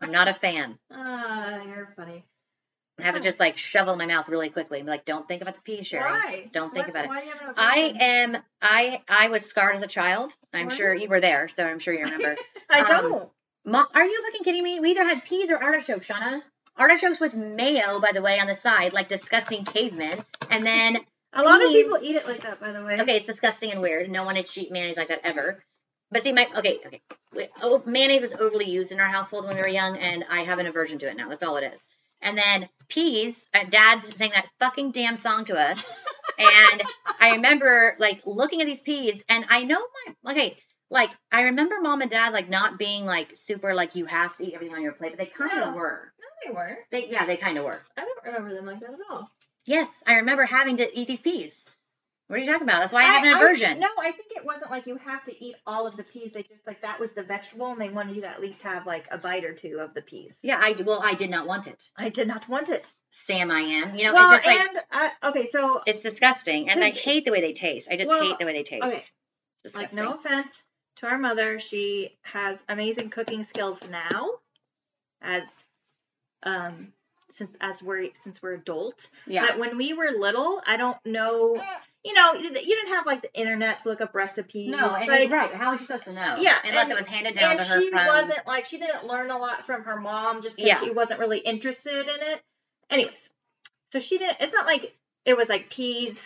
[SPEAKER 1] I'm not a fan.
[SPEAKER 2] Ah, you're funny.
[SPEAKER 1] I have to just like shovel in my mouth really quickly and be like, "Don't think about the peas, Sherry.
[SPEAKER 2] Why?
[SPEAKER 1] Don't think about it.
[SPEAKER 2] why do you have an
[SPEAKER 1] I
[SPEAKER 2] obsession?
[SPEAKER 1] am. I I was scarred as a child. I'm
[SPEAKER 2] Were
[SPEAKER 1] sure you were there, so I'm sure you remember.
[SPEAKER 2] I
[SPEAKER 1] um,
[SPEAKER 2] don't.
[SPEAKER 1] Mom, are you fucking kidding me? We either had peas or artichokes, Shauna. Artichokes with mayo, by the way, on the side, like disgusting cavemen. And then
[SPEAKER 2] a lot of
[SPEAKER 1] peas-
[SPEAKER 2] people eat it like that, by the way.
[SPEAKER 1] Okay, it's disgusting and weird. No one had cheap mayonnaise like that ever. But see, my okay, okay. Wait, oh, mayonnaise was overly used in our household when we were young, and I have an aversion to it now. That's all it is. And then peas. uh, Dad sang that fucking damn song to us, and I remember like looking at these peas, and I know my okay. Like I remember mom and dad like not being like super like you have to eat everything on your plate, but they kind
[SPEAKER 2] No.
[SPEAKER 1] of were.
[SPEAKER 2] No, they weren't.
[SPEAKER 1] They yeah, they kind of were.
[SPEAKER 2] I don't remember them like that at all.
[SPEAKER 1] Yes, I remember having to eat these peas. What are you talking about? That's why I, have an
[SPEAKER 2] I-
[SPEAKER 1] aversion.
[SPEAKER 2] no, I think it wasn't like you have to eat all of the peas. They just like that was the vegetable, and they wanted you to at least have like a bite or two of the peas.
[SPEAKER 1] Yeah, I well, I did not want it.
[SPEAKER 2] I did not want it.
[SPEAKER 1] Sam, I am. You know,
[SPEAKER 2] well,
[SPEAKER 1] it's just like
[SPEAKER 2] and I, okay, so
[SPEAKER 1] it's disgusting, and I
[SPEAKER 2] Cause-
[SPEAKER 1] hate the way they taste. I just
[SPEAKER 2] Well,
[SPEAKER 1] hate the way they taste.
[SPEAKER 2] okay.
[SPEAKER 1] It's
[SPEAKER 2] like
[SPEAKER 1] disgusting.
[SPEAKER 2] no offense to our mother, she has amazing cooking skills now, as um since as we're since we're adults.
[SPEAKER 1] yeah,
[SPEAKER 2] But when we were little, I don't know. You know, you you didn't have like the internet to look up recipes.
[SPEAKER 1] no, and
[SPEAKER 2] like,
[SPEAKER 1] it's right. How was she supposed to know?
[SPEAKER 2] Yeah,
[SPEAKER 1] unless
[SPEAKER 2] and-
[SPEAKER 1] it was handed down
[SPEAKER 2] and
[SPEAKER 1] to her
[SPEAKER 2] she
[SPEAKER 1] from.
[SPEAKER 2] wasn't like she didn't learn a lot from her mom just because
[SPEAKER 1] Yeah.
[SPEAKER 2] she wasn't really interested in it anyways so she didn't it's not like it was like peas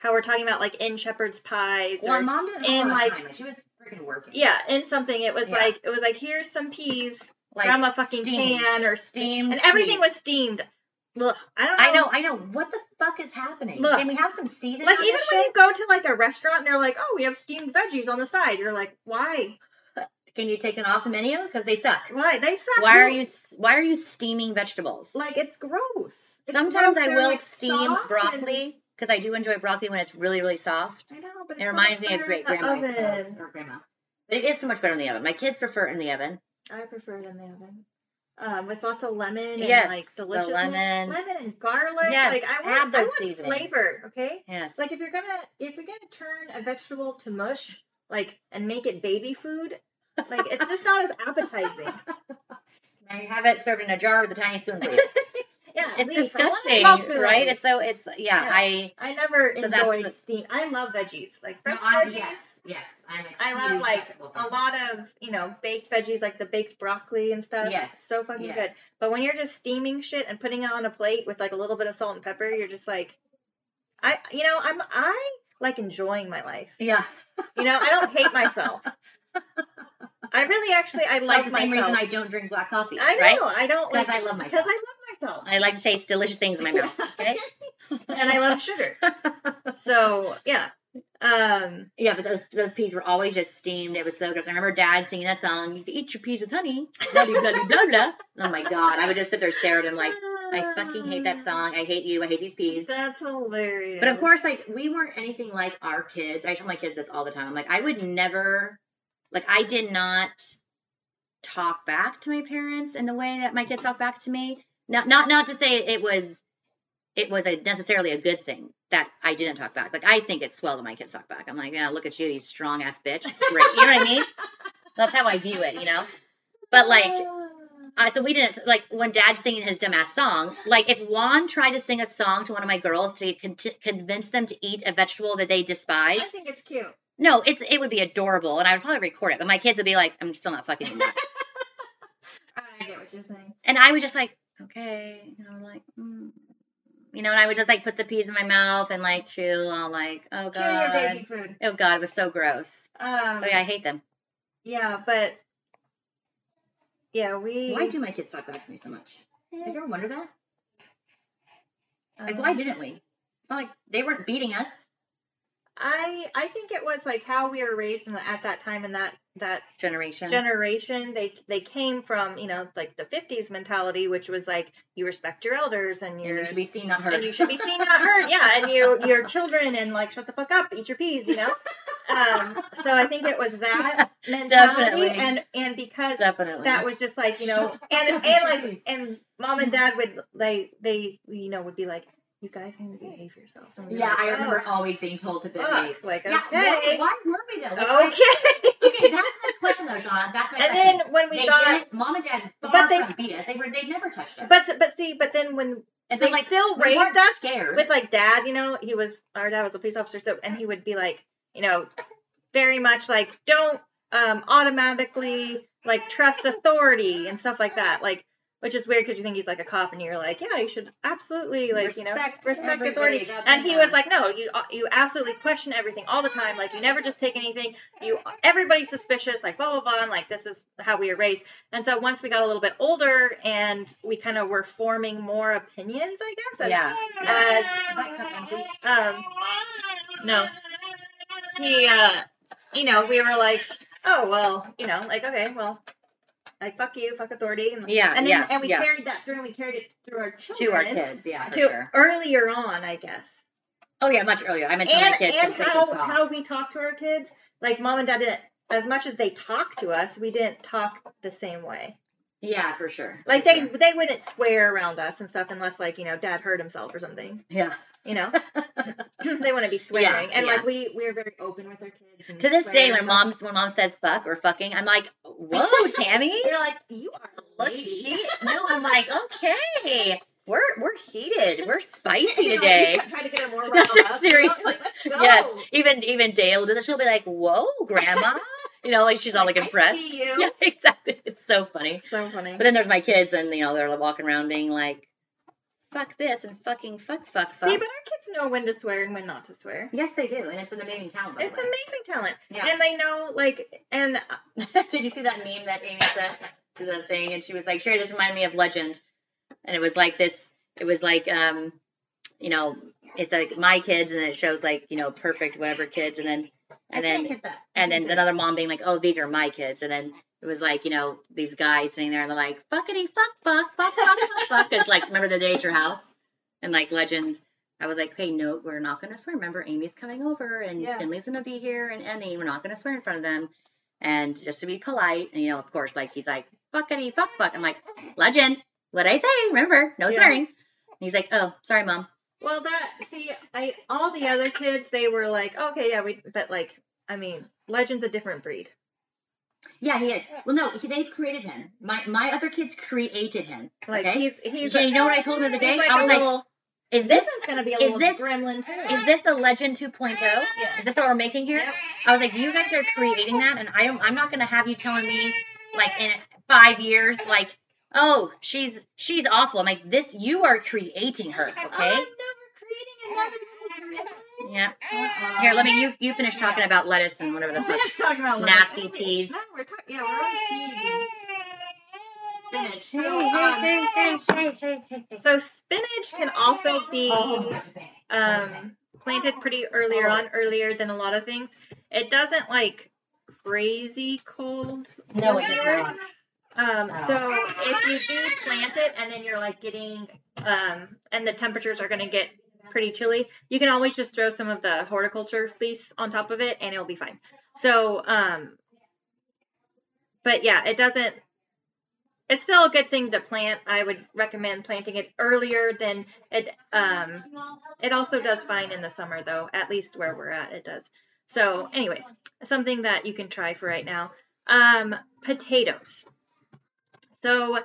[SPEAKER 2] how we're talking about like in shepherd's pies
[SPEAKER 1] Well,
[SPEAKER 2] or
[SPEAKER 1] mom didn't have a
[SPEAKER 2] and,
[SPEAKER 1] lot
[SPEAKER 2] like-
[SPEAKER 1] of time. She was pretty working.
[SPEAKER 2] yeah, in something it was
[SPEAKER 1] Yeah.
[SPEAKER 2] like it was like here's some peas
[SPEAKER 1] Like
[SPEAKER 2] from a fucking
[SPEAKER 1] steamed,
[SPEAKER 2] can or
[SPEAKER 1] steamed.
[SPEAKER 2] and everything
[SPEAKER 1] peas.
[SPEAKER 2] was steamed. Look, I don't know.
[SPEAKER 1] I know, I know. What the fuck is happening?
[SPEAKER 2] Look.
[SPEAKER 1] Can we have some seasoning?
[SPEAKER 2] Like
[SPEAKER 1] on
[SPEAKER 2] even
[SPEAKER 1] this
[SPEAKER 2] when
[SPEAKER 1] shit?
[SPEAKER 2] you go to like a restaurant and they're like, "Oh, we have steamed veggies on the side," you're like, "Why?
[SPEAKER 1] can you take them off the menu because they suck?
[SPEAKER 2] Why they suck?"
[SPEAKER 1] Why are you why are you steaming vegetables?
[SPEAKER 2] like it's gross? It's
[SPEAKER 1] Sometimes
[SPEAKER 2] gross.
[SPEAKER 1] I
[SPEAKER 2] They're,
[SPEAKER 1] will
[SPEAKER 2] like,
[SPEAKER 1] steam
[SPEAKER 2] soft and-
[SPEAKER 1] broccoli because I do enjoy broccoli when it's really really soft.
[SPEAKER 2] I know, but
[SPEAKER 1] It
[SPEAKER 2] it's so
[SPEAKER 1] reminds
[SPEAKER 2] much
[SPEAKER 1] me of
[SPEAKER 2] better in
[SPEAKER 1] great
[SPEAKER 2] the
[SPEAKER 1] grandma's house
[SPEAKER 2] oven.
[SPEAKER 1] or grandma. But it is so much better in the oven. My kids prefer it in the oven.
[SPEAKER 2] I prefer it in the oven. Um, with lots of lemon
[SPEAKER 1] Yes,
[SPEAKER 2] and like
[SPEAKER 1] the
[SPEAKER 2] delicious
[SPEAKER 1] lemon.
[SPEAKER 2] lemon and garlic.
[SPEAKER 1] Yes,
[SPEAKER 2] like I
[SPEAKER 1] add
[SPEAKER 2] want, I
[SPEAKER 1] those
[SPEAKER 2] want
[SPEAKER 1] seasonings.
[SPEAKER 2] flavor. Okay,
[SPEAKER 1] Yes.
[SPEAKER 2] like if you're gonna if you're gonna turn a vegetable to mush, like and make it baby food, like it's just not as appetizing.
[SPEAKER 1] I have it served in a jar with a tiny spoon, please.
[SPEAKER 2] Yeah, at
[SPEAKER 1] it's
[SPEAKER 2] least I want it
[SPEAKER 1] disgusting,
[SPEAKER 2] all food.
[SPEAKER 1] right? It's so it's yeah.
[SPEAKER 2] Yeah.
[SPEAKER 1] I
[SPEAKER 2] I never
[SPEAKER 1] So that's
[SPEAKER 2] enjoy
[SPEAKER 1] the-
[SPEAKER 2] steam. I love veggies, like fresh
[SPEAKER 1] No, I-
[SPEAKER 2] veggies.
[SPEAKER 1] Yes, yes. I'm a
[SPEAKER 2] I love
[SPEAKER 1] huge
[SPEAKER 2] like
[SPEAKER 1] vegetable
[SPEAKER 2] a
[SPEAKER 1] fan.
[SPEAKER 2] lot of you know baked veggies, like the baked broccoli and stuff.
[SPEAKER 1] Yes,
[SPEAKER 2] so fucking
[SPEAKER 1] yes.
[SPEAKER 2] good. But when you're just steaming shit and putting it on a plate with like a little bit of salt and pepper, you're just like, I you know I'm I like enjoying my life.
[SPEAKER 1] Yeah.
[SPEAKER 2] You know I don't hate myself. I really actually I
[SPEAKER 1] It's
[SPEAKER 2] like
[SPEAKER 1] like the same
[SPEAKER 2] myself.
[SPEAKER 1] reason I don't drink black coffee.
[SPEAKER 2] I
[SPEAKER 1] Right?
[SPEAKER 2] know I don't
[SPEAKER 1] Because
[SPEAKER 2] like
[SPEAKER 1] I love
[SPEAKER 2] because
[SPEAKER 1] myself.
[SPEAKER 2] I love myself
[SPEAKER 1] I like to taste delicious things in my mouth. Okay.
[SPEAKER 2] and I love sugar. So yeah, um
[SPEAKER 1] yeah, but those those peas were always just steamed. It was so good. I remember Dad singing that song. You can eat your peas with honey. Blah blah blah blah. blah. Oh my God! I would just sit there staring at him like, I fucking hate that song. I hate you. I hate these peas.
[SPEAKER 2] Ah, That's hilarious.
[SPEAKER 1] But of course, like we weren't anything like our kids. I tell my kids this all the time. I'm like, I would never, like, I did not talk back to my parents in the way that my kids talk back to me. Not, not, not to say it was, it was a necessarily a good thing that I didn't talk back. Like, I think it's swell that my kids talk back. I'm like, yeah, look at you, you strong ass bitch. It's great. You know what I mean? That's how I view it, you know. But like,
[SPEAKER 2] Ah,
[SPEAKER 1] uh, so we didn't like when dad's singing his dumbass song. Like if Juan tried to sing a song to one of my girls to con- convince them to eat a vegetable that they despise,
[SPEAKER 2] I think it's cute.
[SPEAKER 1] no, it's it would be adorable, and I would probably record it. But my kids would be like, "I'm still not fucking." Eating that.
[SPEAKER 2] I get what you're saying.
[SPEAKER 1] and I was just like, "Okay," and I'm like, mm. you know, and I would just like put the peas in my mouth and like chew, all like, "Oh
[SPEAKER 2] Chew your
[SPEAKER 1] god,
[SPEAKER 2] baby food.
[SPEAKER 1] oh god," it was so gross.
[SPEAKER 2] Um,
[SPEAKER 1] so yeah, I hate them.
[SPEAKER 2] yeah, but yeah, we.
[SPEAKER 1] Why do my kids talk back to me so much? Have you ever wondered that? Like,
[SPEAKER 2] um,
[SPEAKER 1] why didn't we? It's not like they weren't beating us.
[SPEAKER 2] I I think it was like how we were raised in the, at that time in that that
[SPEAKER 1] Generation.
[SPEAKER 2] generation. They they came from you know like the 50s mentality, which was like you respect your elders and
[SPEAKER 1] And
[SPEAKER 2] you're.
[SPEAKER 1] you should be seen, not heard.
[SPEAKER 2] and you should be seen, not heard. Yeah, and you, your children, and like, shut the fuck up, eat your peas, you know. Um, so I think it was that mentality,
[SPEAKER 1] Definitely.
[SPEAKER 2] and and because
[SPEAKER 1] Definitely.
[SPEAKER 2] that was just like you know and and like and mom and dad would like they you know would be like you guys need to behave yourselves And we'd be
[SPEAKER 1] yeah,
[SPEAKER 2] like,
[SPEAKER 1] I
[SPEAKER 2] "Oh,
[SPEAKER 1] remember always being told to behave.
[SPEAKER 2] fuck. like
[SPEAKER 1] Yeah, why,
[SPEAKER 2] okay
[SPEAKER 1] why were we though? Like, I-
[SPEAKER 2] okay
[SPEAKER 1] okay, that's my question though, Shauna. That's my
[SPEAKER 2] and
[SPEAKER 1] question.
[SPEAKER 2] then when we
[SPEAKER 1] they
[SPEAKER 2] got
[SPEAKER 1] didn't, mom and dad far
[SPEAKER 2] But they-
[SPEAKER 1] from beat us. They were they never touched us.
[SPEAKER 2] but but see but then when
[SPEAKER 1] and
[SPEAKER 2] they
[SPEAKER 1] so, like
[SPEAKER 2] still
[SPEAKER 1] we weren't
[SPEAKER 2] raised us
[SPEAKER 1] scared.
[SPEAKER 2] with like dad you know he was our dad was a police officer so and he would be like you know very much like don't um automatically like trust authority and stuff like that like which is weird because you think he's like a cop and you're like yeah you should absolutely like you know
[SPEAKER 1] Respect
[SPEAKER 2] respect
[SPEAKER 1] everybody,
[SPEAKER 2] authority
[SPEAKER 1] that's
[SPEAKER 2] and he
[SPEAKER 1] enough.
[SPEAKER 2] was like no you uh, you absolutely question everything all the time like you never just take anything you everybody's suspicious like blah blah blah and like this is how we are raised and so once we got a little bit older and we kind of were forming more opinions i guess as
[SPEAKER 1] yeah.
[SPEAKER 2] as um no he uh you know we were like oh well you know like okay well like fuck you fuck authority and
[SPEAKER 1] Yeah,
[SPEAKER 2] and, then,
[SPEAKER 1] yeah,
[SPEAKER 2] and we
[SPEAKER 1] yeah.
[SPEAKER 2] carried that through and we carried it through our
[SPEAKER 1] To
[SPEAKER 2] children
[SPEAKER 1] our kids, yeah, for
[SPEAKER 2] to
[SPEAKER 1] sure.
[SPEAKER 2] earlier on I guess
[SPEAKER 1] Oh yeah, much earlier. I meant to my
[SPEAKER 2] and
[SPEAKER 1] kids
[SPEAKER 2] and
[SPEAKER 1] since they could
[SPEAKER 2] how
[SPEAKER 1] talk.
[SPEAKER 2] how we talk to our kids like mom and dad didn't as much as they talked to us we didn't talk the same way
[SPEAKER 1] yeah, for sure.
[SPEAKER 2] like
[SPEAKER 1] for
[SPEAKER 2] they
[SPEAKER 1] sure.
[SPEAKER 2] they wouldn't swear around us and stuff unless like you know dad hurt himself or something
[SPEAKER 1] yeah.
[SPEAKER 2] you know they want to be swearing and like we we're very open with our kids and
[SPEAKER 1] To this day,
[SPEAKER 2] swearing
[SPEAKER 1] when
[SPEAKER 2] and
[SPEAKER 1] mom's when mom says fuck or fucking, I'm like, whoa, Tammy.
[SPEAKER 2] stuff. you're like you are
[SPEAKER 1] Look,
[SPEAKER 2] lucky
[SPEAKER 1] she, no, I'm like, okay, we're we're heated, we're spicy today.
[SPEAKER 2] trying to get her more
[SPEAKER 1] No,
[SPEAKER 2] riled up.
[SPEAKER 1] seriously.
[SPEAKER 2] Like, let's go.
[SPEAKER 1] Yes, even even Dale does it. She'll be like, "Whoa, grandma," you know, like she's all like
[SPEAKER 2] I
[SPEAKER 1] impressed.
[SPEAKER 2] see you.
[SPEAKER 1] Yeah, exactly. It's so funny.
[SPEAKER 2] so funny
[SPEAKER 1] But then there's my kids, and you know, they're walking around being like, fuck this and fucking fuck fuck fuck.
[SPEAKER 2] See, but our kids know when to swear and when not to swear.
[SPEAKER 1] yes, they do, and it's an amazing talent. By
[SPEAKER 2] It's
[SPEAKER 1] the way.
[SPEAKER 2] amazing talent.
[SPEAKER 1] Yeah.
[SPEAKER 2] And they know, like, and
[SPEAKER 1] Did you see that meme that Amy sent to the thing? And she was like, sure, this reminded me of Legend. And it was like this, it was like, um, you know, it's like my kids, and it shows like, you know, perfect whatever kids. And then, and
[SPEAKER 2] I
[SPEAKER 1] then,
[SPEAKER 2] can't get that.
[SPEAKER 1] and then another mom being like, oh, these are my kids. And then it was like, you know, these guys sitting there and they're like, fuckity fuck, fuck, fuck, fuck, fuck, fuck. It's like, remember the day at your house? And like Legend, I was like, hey, no, we're not going to swear. Remember, Amy's coming over and
[SPEAKER 2] Yeah.
[SPEAKER 1] Finley's going to be here and Emmy. We're not going to swear in front of them. And just to be polite, and you know, of course, like he's like, fuckity fuck, fuck. I'm like, Legend, what I say, remember, no
[SPEAKER 2] Yeah.
[SPEAKER 1] swearing. And he's like, oh, sorry, mom.
[SPEAKER 2] Well, that see, I all the other kids they were like, okay, yeah, we, but like, I mean, Legend's a different breed.
[SPEAKER 1] Yeah, he is. Well, no, he, they've created him. My my other kids created him.
[SPEAKER 2] Like
[SPEAKER 1] okay?
[SPEAKER 2] he's he's.
[SPEAKER 1] So you know what I told him the other day? I was like, Is
[SPEAKER 2] this
[SPEAKER 1] this
[SPEAKER 2] is gonna be a
[SPEAKER 1] is
[SPEAKER 2] little
[SPEAKER 1] this-
[SPEAKER 2] gremlin too.
[SPEAKER 1] is this a legend 2.0? Is this what we're making here?
[SPEAKER 2] Yep.
[SPEAKER 1] I was like, you guys are creating that, and I don't. I'm not gonna have you telling me like in five years, like, oh, she's she's awful. I'm like, this you are creating her, okay?
[SPEAKER 2] I'm never creating another.
[SPEAKER 1] Yeah.
[SPEAKER 2] gremlin.
[SPEAKER 1] Here, let me you you finish talking about lettuce and whatever the
[SPEAKER 2] We're
[SPEAKER 1] fuck.
[SPEAKER 2] just talking about Legend.
[SPEAKER 1] Nasty teas.
[SPEAKER 2] No, we're talking. Yeah, we're on teas. Spinach. So, um,
[SPEAKER 1] Hey, hey, hey, hey, hey, hey, hey.
[SPEAKER 2] so spinach can also be.
[SPEAKER 1] Oh,
[SPEAKER 2] um, planted pretty earlier on, earlier than a lot of things. It doesn't like crazy cold.
[SPEAKER 1] No, it did not.
[SPEAKER 2] Um,
[SPEAKER 1] Wow.
[SPEAKER 2] so if you do plant it and then you're like getting, um, and the temperatures are going to get pretty chilly, you can always just throw some of the horticulture fleece on top of it and it'll be fine. So, um, but yeah, it doesn't. It's still a good thing to plant. I would recommend planting it earlier than it um, it also does fine in the summer, though, at least where we're at, it does. So, anyways, something that you can try for right now. Um, potatoes. So,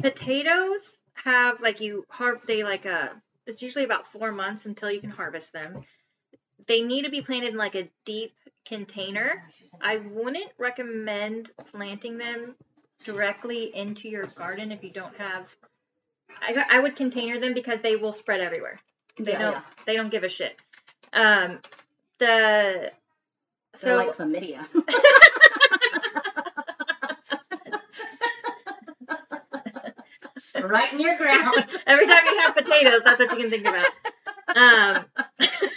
[SPEAKER 2] potatoes have like you har they like uh it's usually about four months until you can harvest them. They need to be planted in like a deep container. I wouldn't recommend planting them directly into your garden if you don't have. I, I would container them because they will spread everywhere. They
[SPEAKER 1] Yeah,
[SPEAKER 2] don't
[SPEAKER 1] yeah.
[SPEAKER 2] they don't give a shit. Um, the
[SPEAKER 1] So
[SPEAKER 2] so
[SPEAKER 1] like chlamydia. right in your ground.
[SPEAKER 2] every time you have potatoes, that's what you can think about. Um,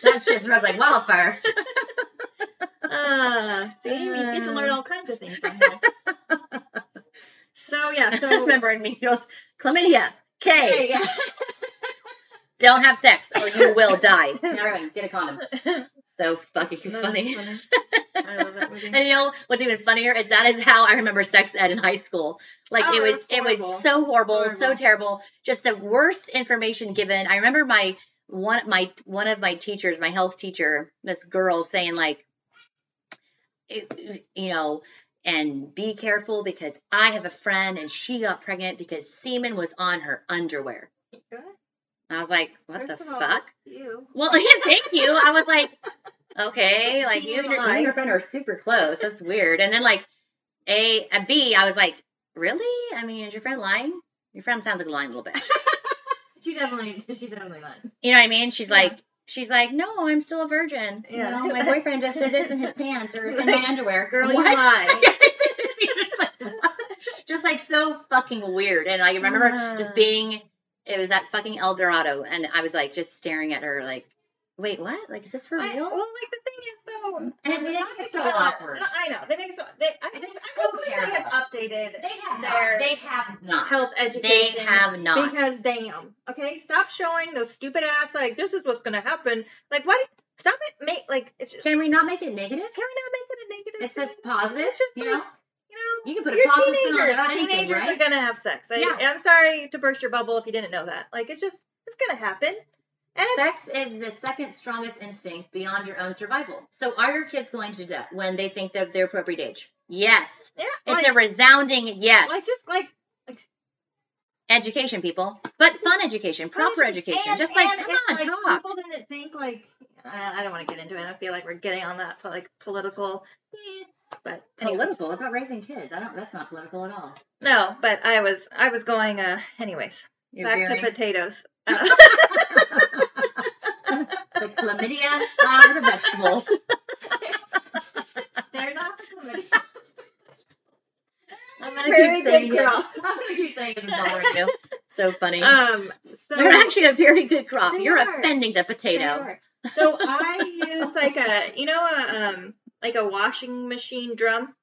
[SPEAKER 1] That shit smells like wildfire.
[SPEAKER 2] uh, see, we get to learn all kinds of things on here. So yeah, so
[SPEAKER 1] Remember in Migos, chlamydia. K.
[SPEAKER 2] yeah.
[SPEAKER 1] Don't have sex or you will die. All right, get a condom. So fucking
[SPEAKER 2] That is
[SPEAKER 1] funny.
[SPEAKER 2] funny. I love that movie.
[SPEAKER 1] And you know what's even funnier is that is how I remember sex ed in high school. Like
[SPEAKER 2] Oh,
[SPEAKER 1] it
[SPEAKER 2] it
[SPEAKER 1] was,
[SPEAKER 2] was
[SPEAKER 1] it was
[SPEAKER 2] horrible.
[SPEAKER 1] so horrible, so
[SPEAKER 2] Horrible.
[SPEAKER 1] terrible. Just the worst information given. I remember my one my one of my teachers, my health teacher, this girl saying like, it- you know, and be careful because I have a friend and she got pregnant because semen was on her underwear. And I was like, what
[SPEAKER 2] First
[SPEAKER 1] the
[SPEAKER 2] of all,
[SPEAKER 1] fuck?
[SPEAKER 2] You.
[SPEAKER 1] Well, thank you. I was like, okay, like
[SPEAKER 2] Gee,
[SPEAKER 1] you and, your, you
[SPEAKER 2] why?
[SPEAKER 1] and your friend are super close. That's weird. And then like A and B, I was like, really? I mean, is your friend lying? Your friend sounds like lying a little bit.
[SPEAKER 2] She definitely, she definitely lied.
[SPEAKER 1] You know what I mean? She's
[SPEAKER 2] Yeah.
[SPEAKER 1] like, she's like, no, I'm still a virgin.
[SPEAKER 2] Yeah.
[SPEAKER 1] You know, my boyfriend just did this in his pants or in my
[SPEAKER 2] Like,
[SPEAKER 1] underwear.
[SPEAKER 2] Girl,
[SPEAKER 1] What?
[SPEAKER 2] you lie.
[SPEAKER 1] It's like, just like so fucking weird. And I remember
[SPEAKER 2] Ah.
[SPEAKER 1] just being, it was at fucking El Dorado, and I was like just staring at her, like, wait, what? Like, is this for
[SPEAKER 2] I- Oh,
[SPEAKER 1] real?
[SPEAKER 2] well, like the thing is though,
[SPEAKER 1] And it made
[SPEAKER 2] not
[SPEAKER 1] it
[SPEAKER 2] just
[SPEAKER 1] so
[SPEAKER 2] about-
[SPEAKER 1] awkward.
[SPEAKER 2] no, I know they make it so. They, I,
[SPEAKER 1] It is
[SPEAKER 2] I
[SPEAKER 1] so
[SPEAKER 2] would say they have updated
[SPEAKER 1] They have
[SPEAKER 2] not. Their
[SPEAKER 1] They have not.
[SPEAKER 2] health
[SPEAKER 1] They
[SPEAKER 2] education.
[SPEAKER 1] have not.
[SPEAKER 2] Because damn, okay, stop showing those stupid ass like this is what's gonna happen. Like why? do- Stop it, make like it's just, can
[SPEAKER 1] Can we not make it negative?
[SPEAKER 2] we not make it a negative?
[SPEAKER 1] It says
[SPEAKER 2] thing?
[SPEAKER 1] positive.
[SPEAKER 2] It's just
[SPEAKER 1] you
[SPEAKER 2] like
[SPEAKER 1] know,
[SPEAKER 2] you know.
[SPEAKER 1] you can put a
[SPEAKER 2] You're
[SPEAKER 1] positive spin on it
[SPEAKER 2] teenagers.
[SPEAKER 1] about anything,
[SPEAKER 2] teenagers
[SPEAKER 1] right?
[SPEAKER 2] are gonna have sex. I,
[SPEAKER 1] Yeah.
[SPEAKER 2] I'm sorry to burst your bubble if you didn't know that. Like it's just it's gonna happen. And
[SPEAKER 1] Sex is the second strongest instinct beyond your own survival. So are your kids going to do that when they think they're their appropriate age? Yes.
[SPEAKER 2] yeah,
[SPEAKER 1] It's
[SPEAKER 2] like,
[SPEAKER 1] a resounding yes.
[SPEAKER 2] like just like
[SPEAKER 1] education, people, but fun education, proper education.
[SPEAKER 2] And-
[SPEAKER 1] Just like,
[SPEAKER 2] and
[SPEAKER 1] come
[SPEAKER 2] it's
[SPEAKER 1] on,
[SPEAKER 2] like
[SPEAKER 1] talk.
[SPEAKER 2] People didn't think like I I don't want to get into it. I feel like we're getting on that like political, eh, but anyway.
[SPEAKER 1] Political. It's about raising kids. I don't. That's not political at all.
[SPEAKER 2] no. But I was I was going uh anyways.
[SPEAKER 1] You're
[SPEAKER 2] Back
[SPEAKER 1] very-
[SPEAKER 2] to potatoes. Uh,
[SPEAKER 1] the chlamydia of the vegetables.
[SPEAKER 2] They're not the
[SPEAKER 1] I'm gonna
[SPEAKER 2] Very
[SPEAKER 1] keep saying
[SPEAKER 2] good
[SPEAKER 1] it.
[SPEAKER 2] crop.
[SPEAKER 1] I'm gonna keep saying it until we're new. So funny.
[SPEAKER 2] Um, so
[SPEAKER 1] They're actually a very good crop.
[SPEAKER 2] They
[SPEAKER 1] You're
[SPEAKER 2] are.
[SPEAKER 1] offending the
[SPEAKER 2] They
[SPEAKER 1] potato.
[SPEAKER 2] are. So I use like a, you know, a, um, like a washing machine drum.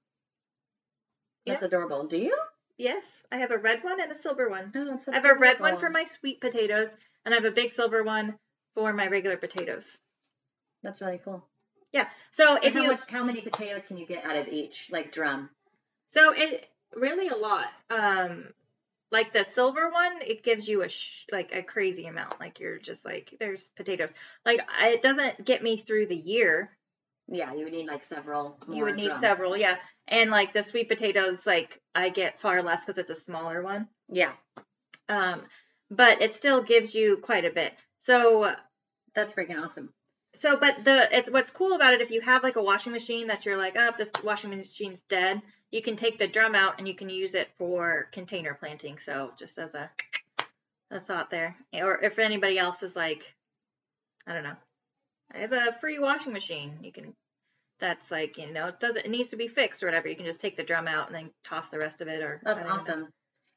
[SPEAKER 1] That's adorable. Do you?
[SPEAKER 2] Yes, I have a red one and a silver one.
[SPEAKER 1] Oh, it's
[SPEAKER 2] I have a red one for my sweet potatoes, and I have a big silver one for my regular potatoes.
[SPEAKER 1] That's really cool.
[SPEAKER 2] So
[SPEAKER 1] So
[SPEAKER 2] if
[SPEAKER 1] how
[SPEAKER 2] you,
[SPEAKER 1] much? How many potatoes can you get out of each like drum?
[SPEAKER 2] so it really a lot. Um, like the silver one, it gives you a sh- like a crazy amount. Like you're just like there's potatoes. Like I, it doesn't get me through the year.
[SPEAKER 1] Yeah, you would need like several.
[SPEAKER 2] you
[SPEAKER 1] more
[SPEAKER 2] would need
[SPEAKER 1] drums.
[SPEAKER 2] several, yeah. And like the sweet potatoes, like I get far less because it's a smaller one.
[SPEAKER 1] Yeah,
[SPEAKER 2] Um, but it still gives you quite a bit. So
[SPEAKER 1] that's freaking awesome.
[SPEAKER 2] So, but the it's what's cool about it if you have like a washing machine that you're like, oh, this washing machine's dead. You can take the drum out and you can use it for container planting. So, just as a a thought there, or if anybody else is like, I don't know, I have a free washing machine. You can that's like you know it doesn't it needs to be fixed or whatever. You can just take the drum out and then toss the rest of it or
[SPEAKER 1] That's
[SPEAKER 2] I don't know.
[SPEAKER 1] awesome.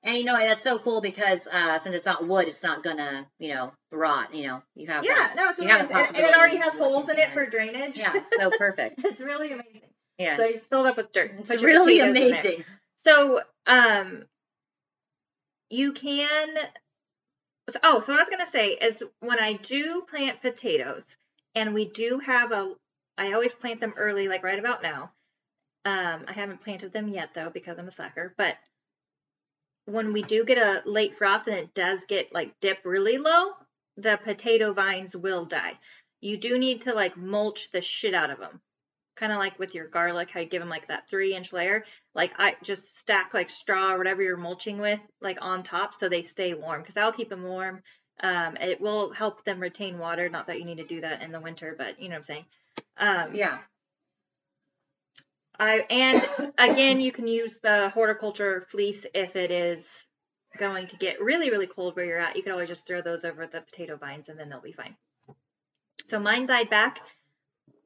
[SPEAKER 1] And you know that's so cool because uh, since it's not wood, it's not gonna you know rot. You know you have
[SPEAKER 2] Yeah,
[SPEAKER 1] that.
[SPEAKER 2] no, it's
[SPEAKER 1] You have
[SPEAKER 2] amazing.
[SPEAKER 1] a
[SPEAKER 2] And- and it already
[SPEAKER 1] possibility
[SPEAKER 2] has
[SPEAKER 1] to do
[SPEAKER 2] holes in it for
[SPEAKER 1] containers.
[SPEAKER 2] drainage.
[SPEAKER 1] yeah, so perfect.
[SPEAKER 2] it's really amazing.
[SPEAKER 1] Yeah,
[SPEAKER 2] So you filled up with dirt. and put
[SPEAKER 1] it's
[SPEAKER 2] your
[SPEAKER 1] really
[SPEAKER 2] potatoes in there.
[SPEAKER 1] amazing.
[SPEAKER 2] So, um, you can. so- Oh, so what I was gonna say is when I do plant potatoes, and we do have a, I always plant them early, like right about now. Um, I haven't planted them yet though because I'm a slacker. But when we do get a late frost and it does get like dip really low, the potato vines will die. You do need to like mulch the shit out of them, kind of like with your garlic, how you give them like that three inch layer like I just stack like straw or whatever you're mulching with like on top so they stay warm because that'll keep them warm. Um, it will help them retain water. Not that you need to do that in the winter, but you know what I'm saying. Um,
[SPEAKER 1] Yeah,
[SPEAKER 2] I and again, you can use the horticulture fleece if it is going to get really really cold where you're at. You can always just throw those over the potato vines and then they'll be fine. So mine died back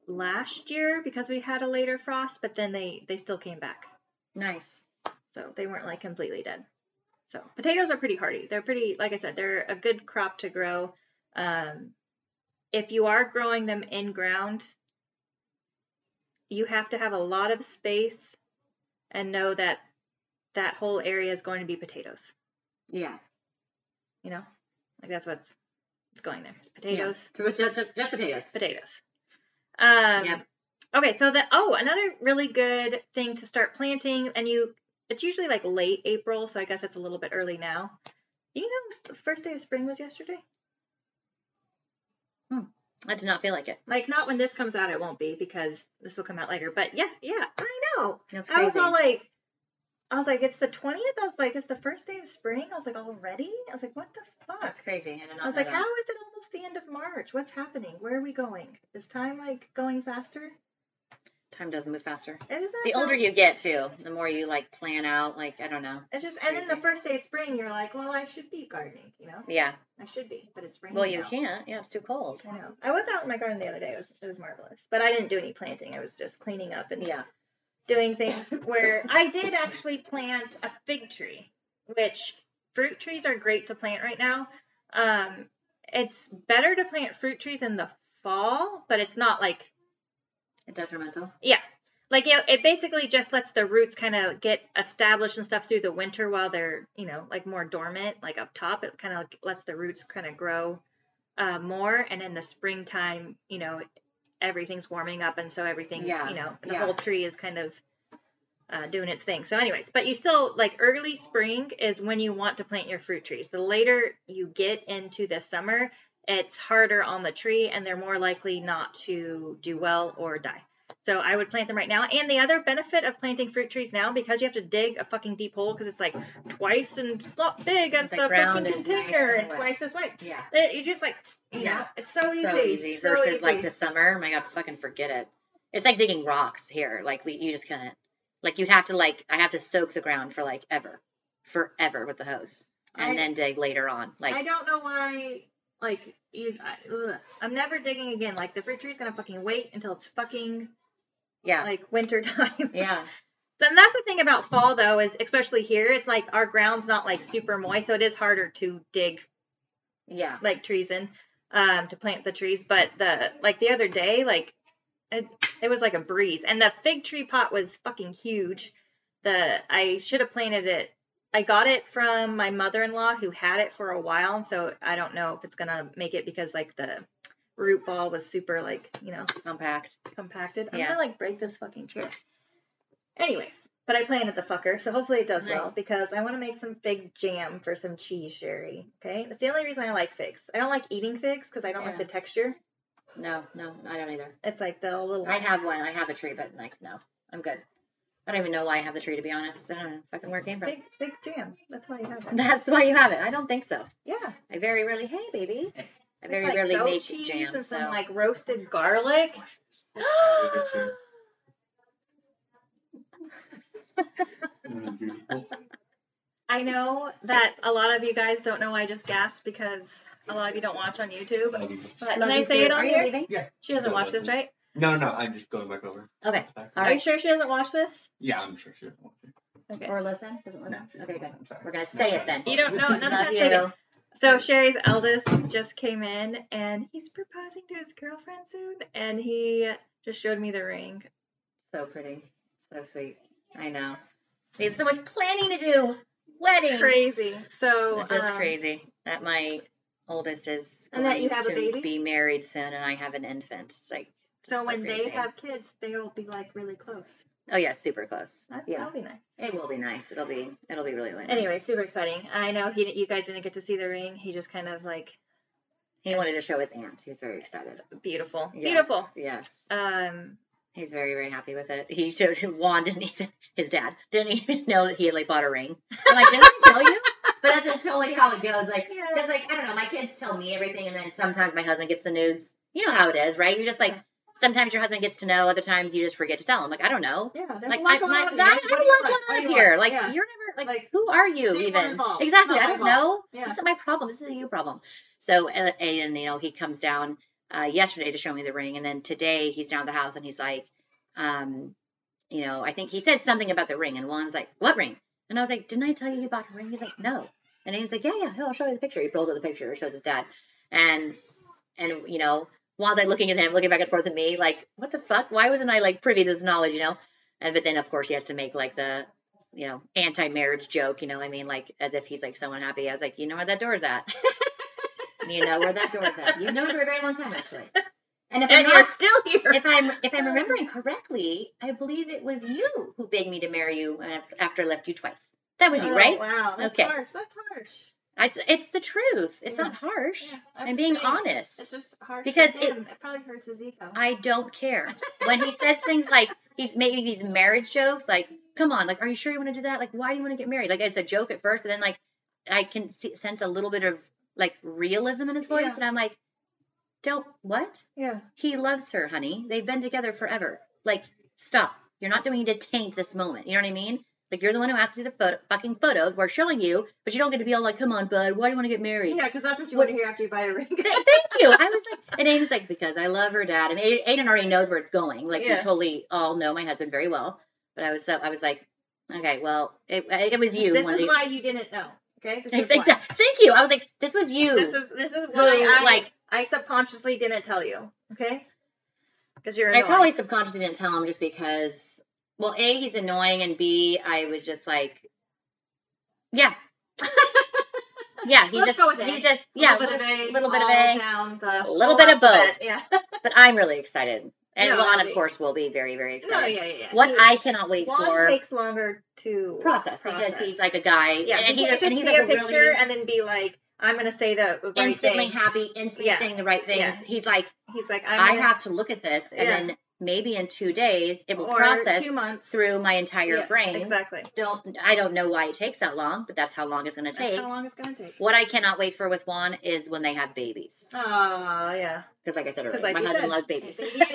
[SPEAKER 2] last year because we had a later frost, but then they they still came back.
[SPEAKER 1] nice.
[SPEAKER 2] So they weren't like completely dead. So potatoes are pretty hardy. They're pretty, like I said, they're a good crop to grow. Um, if you are growing them in ground, you have to have a lot of space and know that that whole area is going to be potatoes.
[SPEAKER 1] Yeah,
[SPEAKER 2] You know, like that's what's it's going there. It's
[SPEAKER 1] yeah.
[SPEAKER 2] potatoes,
[SPEAKER 1] So it's Just, just, just potatoes.
[SPEAKER 2] potatoes. Um,
[SPEAKER 1] Yep.
[SPEAKER 2] Okay, so the oh, another really good thing to start planting, and you it's usually like late April, so I guess it's a little bit early now. You know, s- the first day of spring was yesterday.
[SPEAKER 1] I do not feel like it.
[SPEAKER 2] Like not when this comes out, it won't be because this will come out later. But yes, yeah, I know.
[SPEAKER 1] That's
[SPEAKER 2] I was
[SPEAKER 1] crazy.
[SPEAKER 2] all like, I was like, it's the twentieth. I was like, it's the first day of spring. I was like, already? I was like, what the fuck?
[SPEAKER 1] That's crazy. I, did not
[SPEAKER 2] oh, I was
[SPEAKER 1] know
[SPEAKER 2] like,
[SPEAKER 1] that.
[SPEAKER 2] how is it almost the end of March? What's happening? Where are we going? Is time like going faster?
[SPEAKER 1] Time does move faster.
[SPEAKER 2] It is
[SPEAKER 1] The older you get, too, the more you like plan out. Like I don't know.
[SPEAKER 2] It's just, and then the
[SPEAKER 1] Crazy.
[SPEAKER 2] first day of spring, you're like, well, I should be gardening, you know?
[SPEAKER 1] Yeah.
[SPEAKER 2] I should be, but it's raining.
[SPEAKER 1] Well, you
[SPEAKER 2] now.
[SPEAKER 1] can't. Yeah, it's too cold.
[SPEAKER 2] I know. I was out in my garden the other day. It was, it was marvelous, but I didn't do any planting. I was just cleaning up and
[SPEAKER 1] Yeah.
[SPEAKER 2] doing things where I did actually plant a fig tree, which fruit trees are great to plant right now. Um, it's better to plant fruit trees in the fall, but it's not like
[SPEAKER 1] Detrimental.
[SPEAKER 2] like you know, it basically just lets the roots kind of get established and stuff through the winter while they're you know like more dormant like up top it kind of lets the roots kind of grow uh, more and in the springtime you know everything's warming up and so everything
[SPEAKER 1] Yeah,
[SPEAKER 2] you know the
[SPEAKER 1] yeah.
[SPEAKER 2] whole tree is kind of uh, doing its thing so anyways but you still like early spring is when you want to plant your fruit trees the later you get into the summer it's harder on the tree and they're more likely not to do well or die so I would plant them right now. And the other benefit of planting fruit trees now, because you have to dig a fucking deep hole because it's like twice and slot big as
[SPEAKER 1] The
[SPEAKER 2] the fucking
[SPEAKER 1] ground is nice
[SPEAKER 2] container
[SPEAKER 1] and
[SPEAKER 2] and
[SPEAKER 1] wet.
[SPEAKER 2] twice as wide.
[SPEAKER 1] Yeah.
[SPEAKER 2] It- You just like, you
[SPEAKER 1] Yeah.
[SPEAKER 2] know, it's so easy.
[SPEAKER 1] So easy
[SPEAKER 2] so
[SPEAKER 1] versus like
[SPEAKER 2] easy.
[SPEAKER 1] the summer. Oh My God, fucking forget it. It's like digging rocks here. Like we, you just couldn't. Like you'd have to like I have to soak the ground for like ever, forever with the hose. and
[SPEAKER 2] I-
[SPEAKER 1] then dig later on.
[SPEAKER 2] I
[SPEAKER 1] Like
[SPEAKER 2] don't know why. Like you, I, ugh, I'm never digging again. Like the fruit tree's gonna fucking wait until it's fucking
[SPEAKER 1] yeah.
[SPEAKER 2] like winter time.
[SPEAKER 1] yeah.
[SPEAKER 2] Then that's the thing about fall though is especially here it's like our ground's not like super moist, so it is harder to dig
[SPEAKER 1] Yeah.
[SPEAKER 2] like trees in um to plant the trees. But the like the other day like it, it was like a breeze, and the fig tree pot was fucking huge. The I should have planted it. I got it from my mother-in-law who had it for a while, and so I don't know if it's gonna make it because like the root ball was super like you know
[SPEAKER 1] Compact.
[SPEAKER 2] compacted. I'm
[SPEAKER 1] Yeah.
[SPEAKER 2] gonna like break this fucking chair. Anyways, but I planted the fucker, so hopefully it does well
[SPEAKER 1] Nice.
[SPEAKER 2] because I want to make some fig jam for some cheese sherry. Okay, that's the only reason I like figs. I don't like eating figs because I don't like
[SPEAKER 1] Yeah.
[SPEAKER 2] the texture.
[SPEAKER 1] No, no, I don't either.
[SPEAKER 2] It's like the little.
[SPEAKER 1] I have one. I have a tree, but like no, I'm good. I don't even know why I have the tree to be honest. I don't know fucking where it came from.
[SPEAKER 2] Fig, fig jam. That's why you have that.
[SPEAKER 1] That's why you have it. I don't think so.
[SPEAKER 2] Yeah.
[SPEAKER 1] I very rarely. Hey, baby. I
[SPEAKER 2] it's
[SPEAKER 1] very
[SPEAKER 2] like
[SPEAKER 1] rarely
[SPEAKER 2] goat
[SPEAKER 1] make
[SPEAKER 2] cheese
[SPEAKER 1] jam.
[SPEAKER 2] and
[SPEAKER 1] So
[SPEAKER 2] some like roasted garlic. I know that a lot of you guys don't know why I just gasped because a lot of you don't watch on YouTube. But can I say it on
[SPEAKER 1] Are you
[SPEAKER 2] here?
[SPEAKER 1] leaving?
[SPEAKER 2] She doesn't watch this, right?
[SPEAKER 3] No, no, I'm just going back over.
[SPEAKER 1] Okay.
[SPEAKER 3] Back.
[SPEAKER 1] All
[SPEAKER 2] Are you
[SPEAKER 1] right.
[SPEAKER 2] sure she doesn't watch this?
[SPEAKER 3] Yeah, I'm sure she doesn't want to.
[SPEAKER 2] Okay.
[SPEAKER 1] Or listen. Doesn't listen.
[SPEAKER 3] No, she
[SPEAKER 1] Okay,
[SPEAKER 3] doesn't
[SPEAKER 1] good.
[SPEAKER 3] want to. I'm sorry.
[SPEAKER 1] We're gonna
[SPEAKER 3] No,
[SPEAKER 1] say
[SPEAKER 3] no,
[SPEAKER 1] it then.
[SPEAKER 3] it's
[SPEAKER 2] You don't
[SPEAKER 3] fine.
[SPEAKER 2] know- no, no,
[SPEAKER 1] Love
[SPEAKER 2] Say that.
[SPEAKER 1] you.
[SPEAKER 2] So Sherry's eldest just came in and he's proposing to his girlfriend soon and he just showed me the ring.
[SPEAKER 1] So pretty. So sweet. I know. They have so much planning to do. Wedding.
[SPEAKER 2] Crazy. So
[SPEAKER 1] That's just
[SPEAKER 2] um,
[SPEAKER 1] crazy that my oldest is
[SPEAKER 2] And that you
[SPEAKER 1] going
[SPEAKER 2] have a
[SPEAKER 1] to
[SPEAKER 2] baby?
[SPEAKER 1] be married soon, and I have an infant. It's Like,
[SPEAKER 2] so
[SPEAKER 1] so
[SPEAKER 2] when they
[SPEAKER 1] crazy.
[SPEAKER 2] have kids, they will be like really close.
[SPEAKER 1] oh yeah, super close.
[SPEAKER 2] That,
[SPEAKER 1] yeah,
[SPEAKER 2] That'll be nice.
[SPEAKER 1] it will be nice. It'll be, it'll be really nice.
[SPEAKER 2] Anyway, super exciting. I know he you guys didn't get to see the ring. He just kind of like
[SPEAKER 1] he wanted to show his aunt. He's very excited.
[SPEAKER 2] beautiful.
[SPEAKER 1] Yes,
[SPEAKER 2] Beautiful.
[SPEAKER 1] Yes,
[SPEAKER 2] Um
[SPEAKER 1] he's very, very happy with it. He showed him Juan didn't even his dad didn't even know that he had like bought a ring. I'm like, didn't I tell you? But that's just totally how it goes. Like, Because like I don't know, my kids tell me everything, and then sometimes my husband gets the news. You know how it is, right? You just like
[SPEAKER 2] Yeah.
[SPEAKER 1] sometimes your husband gets to know, other times you just forget to tell him. Like I don't know.
[SPEAKER 2] yeah, there's
[SPEAKER 1] Like
[SPEAKER 2] a
[SPEAKER 1] I,
[SPEAKER 2] lot going
[SPEAKER 1] my,
[SPEAKER 2] on. in
[SPEAKER 1] that,
[SPEAKER 2] life.
[SPEAKER 1] I
[SPEAKER 2] What do
[SPEAKER 1] don't
[SPEAKER 2] you
[SPEAKER 1] want
[SPEAKER 2] want? What do
[SPEAKER 1] blood
[SPEAKER 2] you
[SPEAKER 1] on
[SPEAKER 2] want?
[SPEAKER 1] here. Like
[SPEAKER 2] Yeah.
[SPEAKER 1] you're never like,
[SPEAKER 2] Like,
[SPEAKER 1] who are you
[SPEAKER 2] stay more
[SPEAKER 1] even?
[SPEAKER 2] involved.
[SPEAKER 1] Exactly.
[SPEAKER 2] Not
[SPEAKER 1] I
[SPEAKER 2] my
[SPEAKER 1] don't
[SPEAKER 2] fault.
[SPEAKER 1] know.
[SPEAKER 2] Yeah.
[SPEAKER 1] This isn't my problem. This is a you problem. So uh, and you know he comes down uh, yesterday to show me the ring, and then today he's down at the house and he's like, um, you know, I think he said something about the ring, and Juan's like, what ring? And I was like, didn't I tell you you bought a ring? He's like, no. And he was like, yeah, yeah, here, I'll show you the picture. He pulls up the picture, shows his dad, and and you know, Juan's like looking at him, looking back and forth at me, like, what the fuck? Why wasn't I like privy to this knowledge, you know? And but then of course he has to make like the you know anti-marriage joke, you know what I mean? Like as if he's like so unhappy. I was like, you know where that door's at. you know where that door's at. You've known her for a very long time actually. And if I'm
[SPEAKER 2] And you're
[SPEAKER 1] not,
[SPEAKER 2] still here.
[SPEAKER 1] if I'm if I'm remembering correctly, I believe it was you who begged me to marry you uh, after I left you twice. That was you,
[SPEAKER 2] Oh,
[SPEAKER 1] right?
[SPEAKER 2] Wow, that's
[SPEAKER 1] Okay.
[SPEAKER 2] harsh. That's harsh.
[SPEAKER 1] It's it's the truth. It's
[SPEAKER 2] Yeah.
[SPEAKER 1] not harsh.
[SPEAKER 2] Yeah,
[SPEAKER 1] I'm,
[SPEAKER 2] just
[SPEAKER 1] being
[SPEAKER 2] saying.
[SPEAKER 1] honest.
[SPEAKER 2] It's just harsh
[SPEAKER 1] Because
[SPEAKER 2] because
[SPEAKER 1] it-
[SPEAKER 2] it, it probably hurts his ego.
[SPEAKER 1] I don't care. When he says things like he's making these marriage jokes, like, come on, like, are you sure you want to do that? Like, why do you want to get married? Like, it's a joke at first, and then like, I can see, sense a little bit of like realism in his voice,
[SPEAKER 2] Yeah.
[SPEAKER 1] and I'm like, don't what?
[SPEAKER 2] yeah.
[SPEAKER 1] He loves her, honey. They've been together forever. Like, stop. You're not doing it to taint this moment. You know what I mean? Like, you're the one who asked to see the photo, fucking photos. We're showing you, but you don't get to be all like, come on, bud, why do you want to get married?
[SPEAKER 2] Yeah, because that's what you
[SPEAKER 1] What-
[SPEAKER 2] want to hear after you buy a ring.
[SPEAKER 1] Th- Thank you. I was like, and Aiden's like, because I love her dad. And Aiden, Aiden already knows where it's going. Like,
[SPEAKER 2] Yeah.
[SPEAKER 1] we totally all know my husband very well. But I was so, I was like, okay, well, it, it was you.
[SPEAKER 2] this
[SPEAKER 1] one
[SPEAKER 2] is
[SPEAKER 1] of the-
[SPEAKER 2] why you didn't know. Okay. This
[SPEAKER 1] Ex-
[SPEAKER 2] is why.
[SPEAKER 1] exa- Thank you. I was like, this was you.
[SPEAKER 2] This is this is
[SPEAKER 1] Who,
[SPEAKER 2] why I
[SPEAKER 1] like-
[SPEAKER 2] like I subconsciously didn't tell you. Okay. Because you're
[SPEAKER 1] I
[SPEAKER 2] annoying.
[SPEAKER 1] probably subconsciously didn't tell him just because, well, A, he's annoying. And B, I was just like, yeah. yeah. He's
[SPEAKER 2] Let's
[SPEAKER 1] just,
[SPEAKER 2] go with A.
[SPEAKER 1] he's just, yeah,
[SPEAKER 2] little bit of
[SPEAKER 1] just a
[SPEAKER 2] a,
[SPEAKER 1] little bit of
[SPEAKER 2] all
[SPEAKER 1] A.
[SPEAKER 2] down the
[SPEAKER 1] A little
[SPEAKER 2] whole
[SPEAKER 1] bit of both.
[SPEAKER 2] alphabet, Yeah.
[SPEAKER 1] But I'm really excited. And
[SPEAKER 2] No,
[SPEAKER 1] Juan,
[SPEAKER 2] it'll
[SPEAKER 1] of
[SPEAKER 2] be-
[SPEAKER 1] course, will be very, very excited.
[SPEAKER 2] No, yeah, yeah, yeah.
[SPEAKER 1] What
[SPEAKER 2] He-
[SPEAKER 1] I cannot wait
[SPEAKER 2] Juan
[SPEAKER 1] for.
[SPEAKER 2] takes longer to
[SPEAKER 1] process, because he's like a guy.
[SPEAKER 2] yeah,
[SPEAKER 1] and
[SPEAKER 2] he
[SPEAKER 1] he's,
[SPEAKER 2] can't
[SPEAKER 1] a,
[SPEAKER 2] just
[SPEAKER 1] and he's
[SPEAKER 2] see
[SPEAKER 1] like
[SPEAKER 2] a
[SPEAKER 1] a
[SPEAKER 2] picture
[SPEAKER 1] really
[SPEAKER 2] and then be like, I'm gonna say the right
[SPEAKER 1] instantly
[SPEAKER 2] thing.
[SPEAKER 1] happy, instantly
[SPEAKER 2] Yeah.
[SPEAKER 1] saying the right things.
[SPEAKER 2] Yeah.
[SPEAKER 1] He's like,
[SPEAKER 2] He's like,
[SPEAKER 1] i
[SPEAKER 2] I'm gonna-
[SPEAKER 1] have to look at this, and
[SPEAKER 2] Yeah.
[SPEAKER 1] then maybe in two days it will
[SPEAKER 2] or
[SPEAKER 1] process
[SPEAKER 2] two months
[SPEAKER 1] through my entire
[SPEAKER 2] Yes,
[SPEAKER 1] brain.
[SPEAKER 2] Exactly.
[SPEAKER 1] Don't I don't know why it takes that long, but that's how long it's going to
[SPEAKER 2] That's
[SPEAKER 1] take.
[SPEAKER 2] how long it's gonna take.
[SPEAKER 1] What I cannot wait for with Juan is when they have babies,
[SPEAKER 2] Oh yeah.
[SPEAKER 1] because like I said
[SPEAKER 2] 'Cause
[SPEAKER 1] earlier,
[SPEAKER 2] like
[SPEAKER 1] my
[SPEAKER 2] you
[SPEAKER 1] husband
[SPEAKER 2] said,
[SPEAKER 1] loves
[SPEAKER 2] He's
[SPEAKER 1] babies.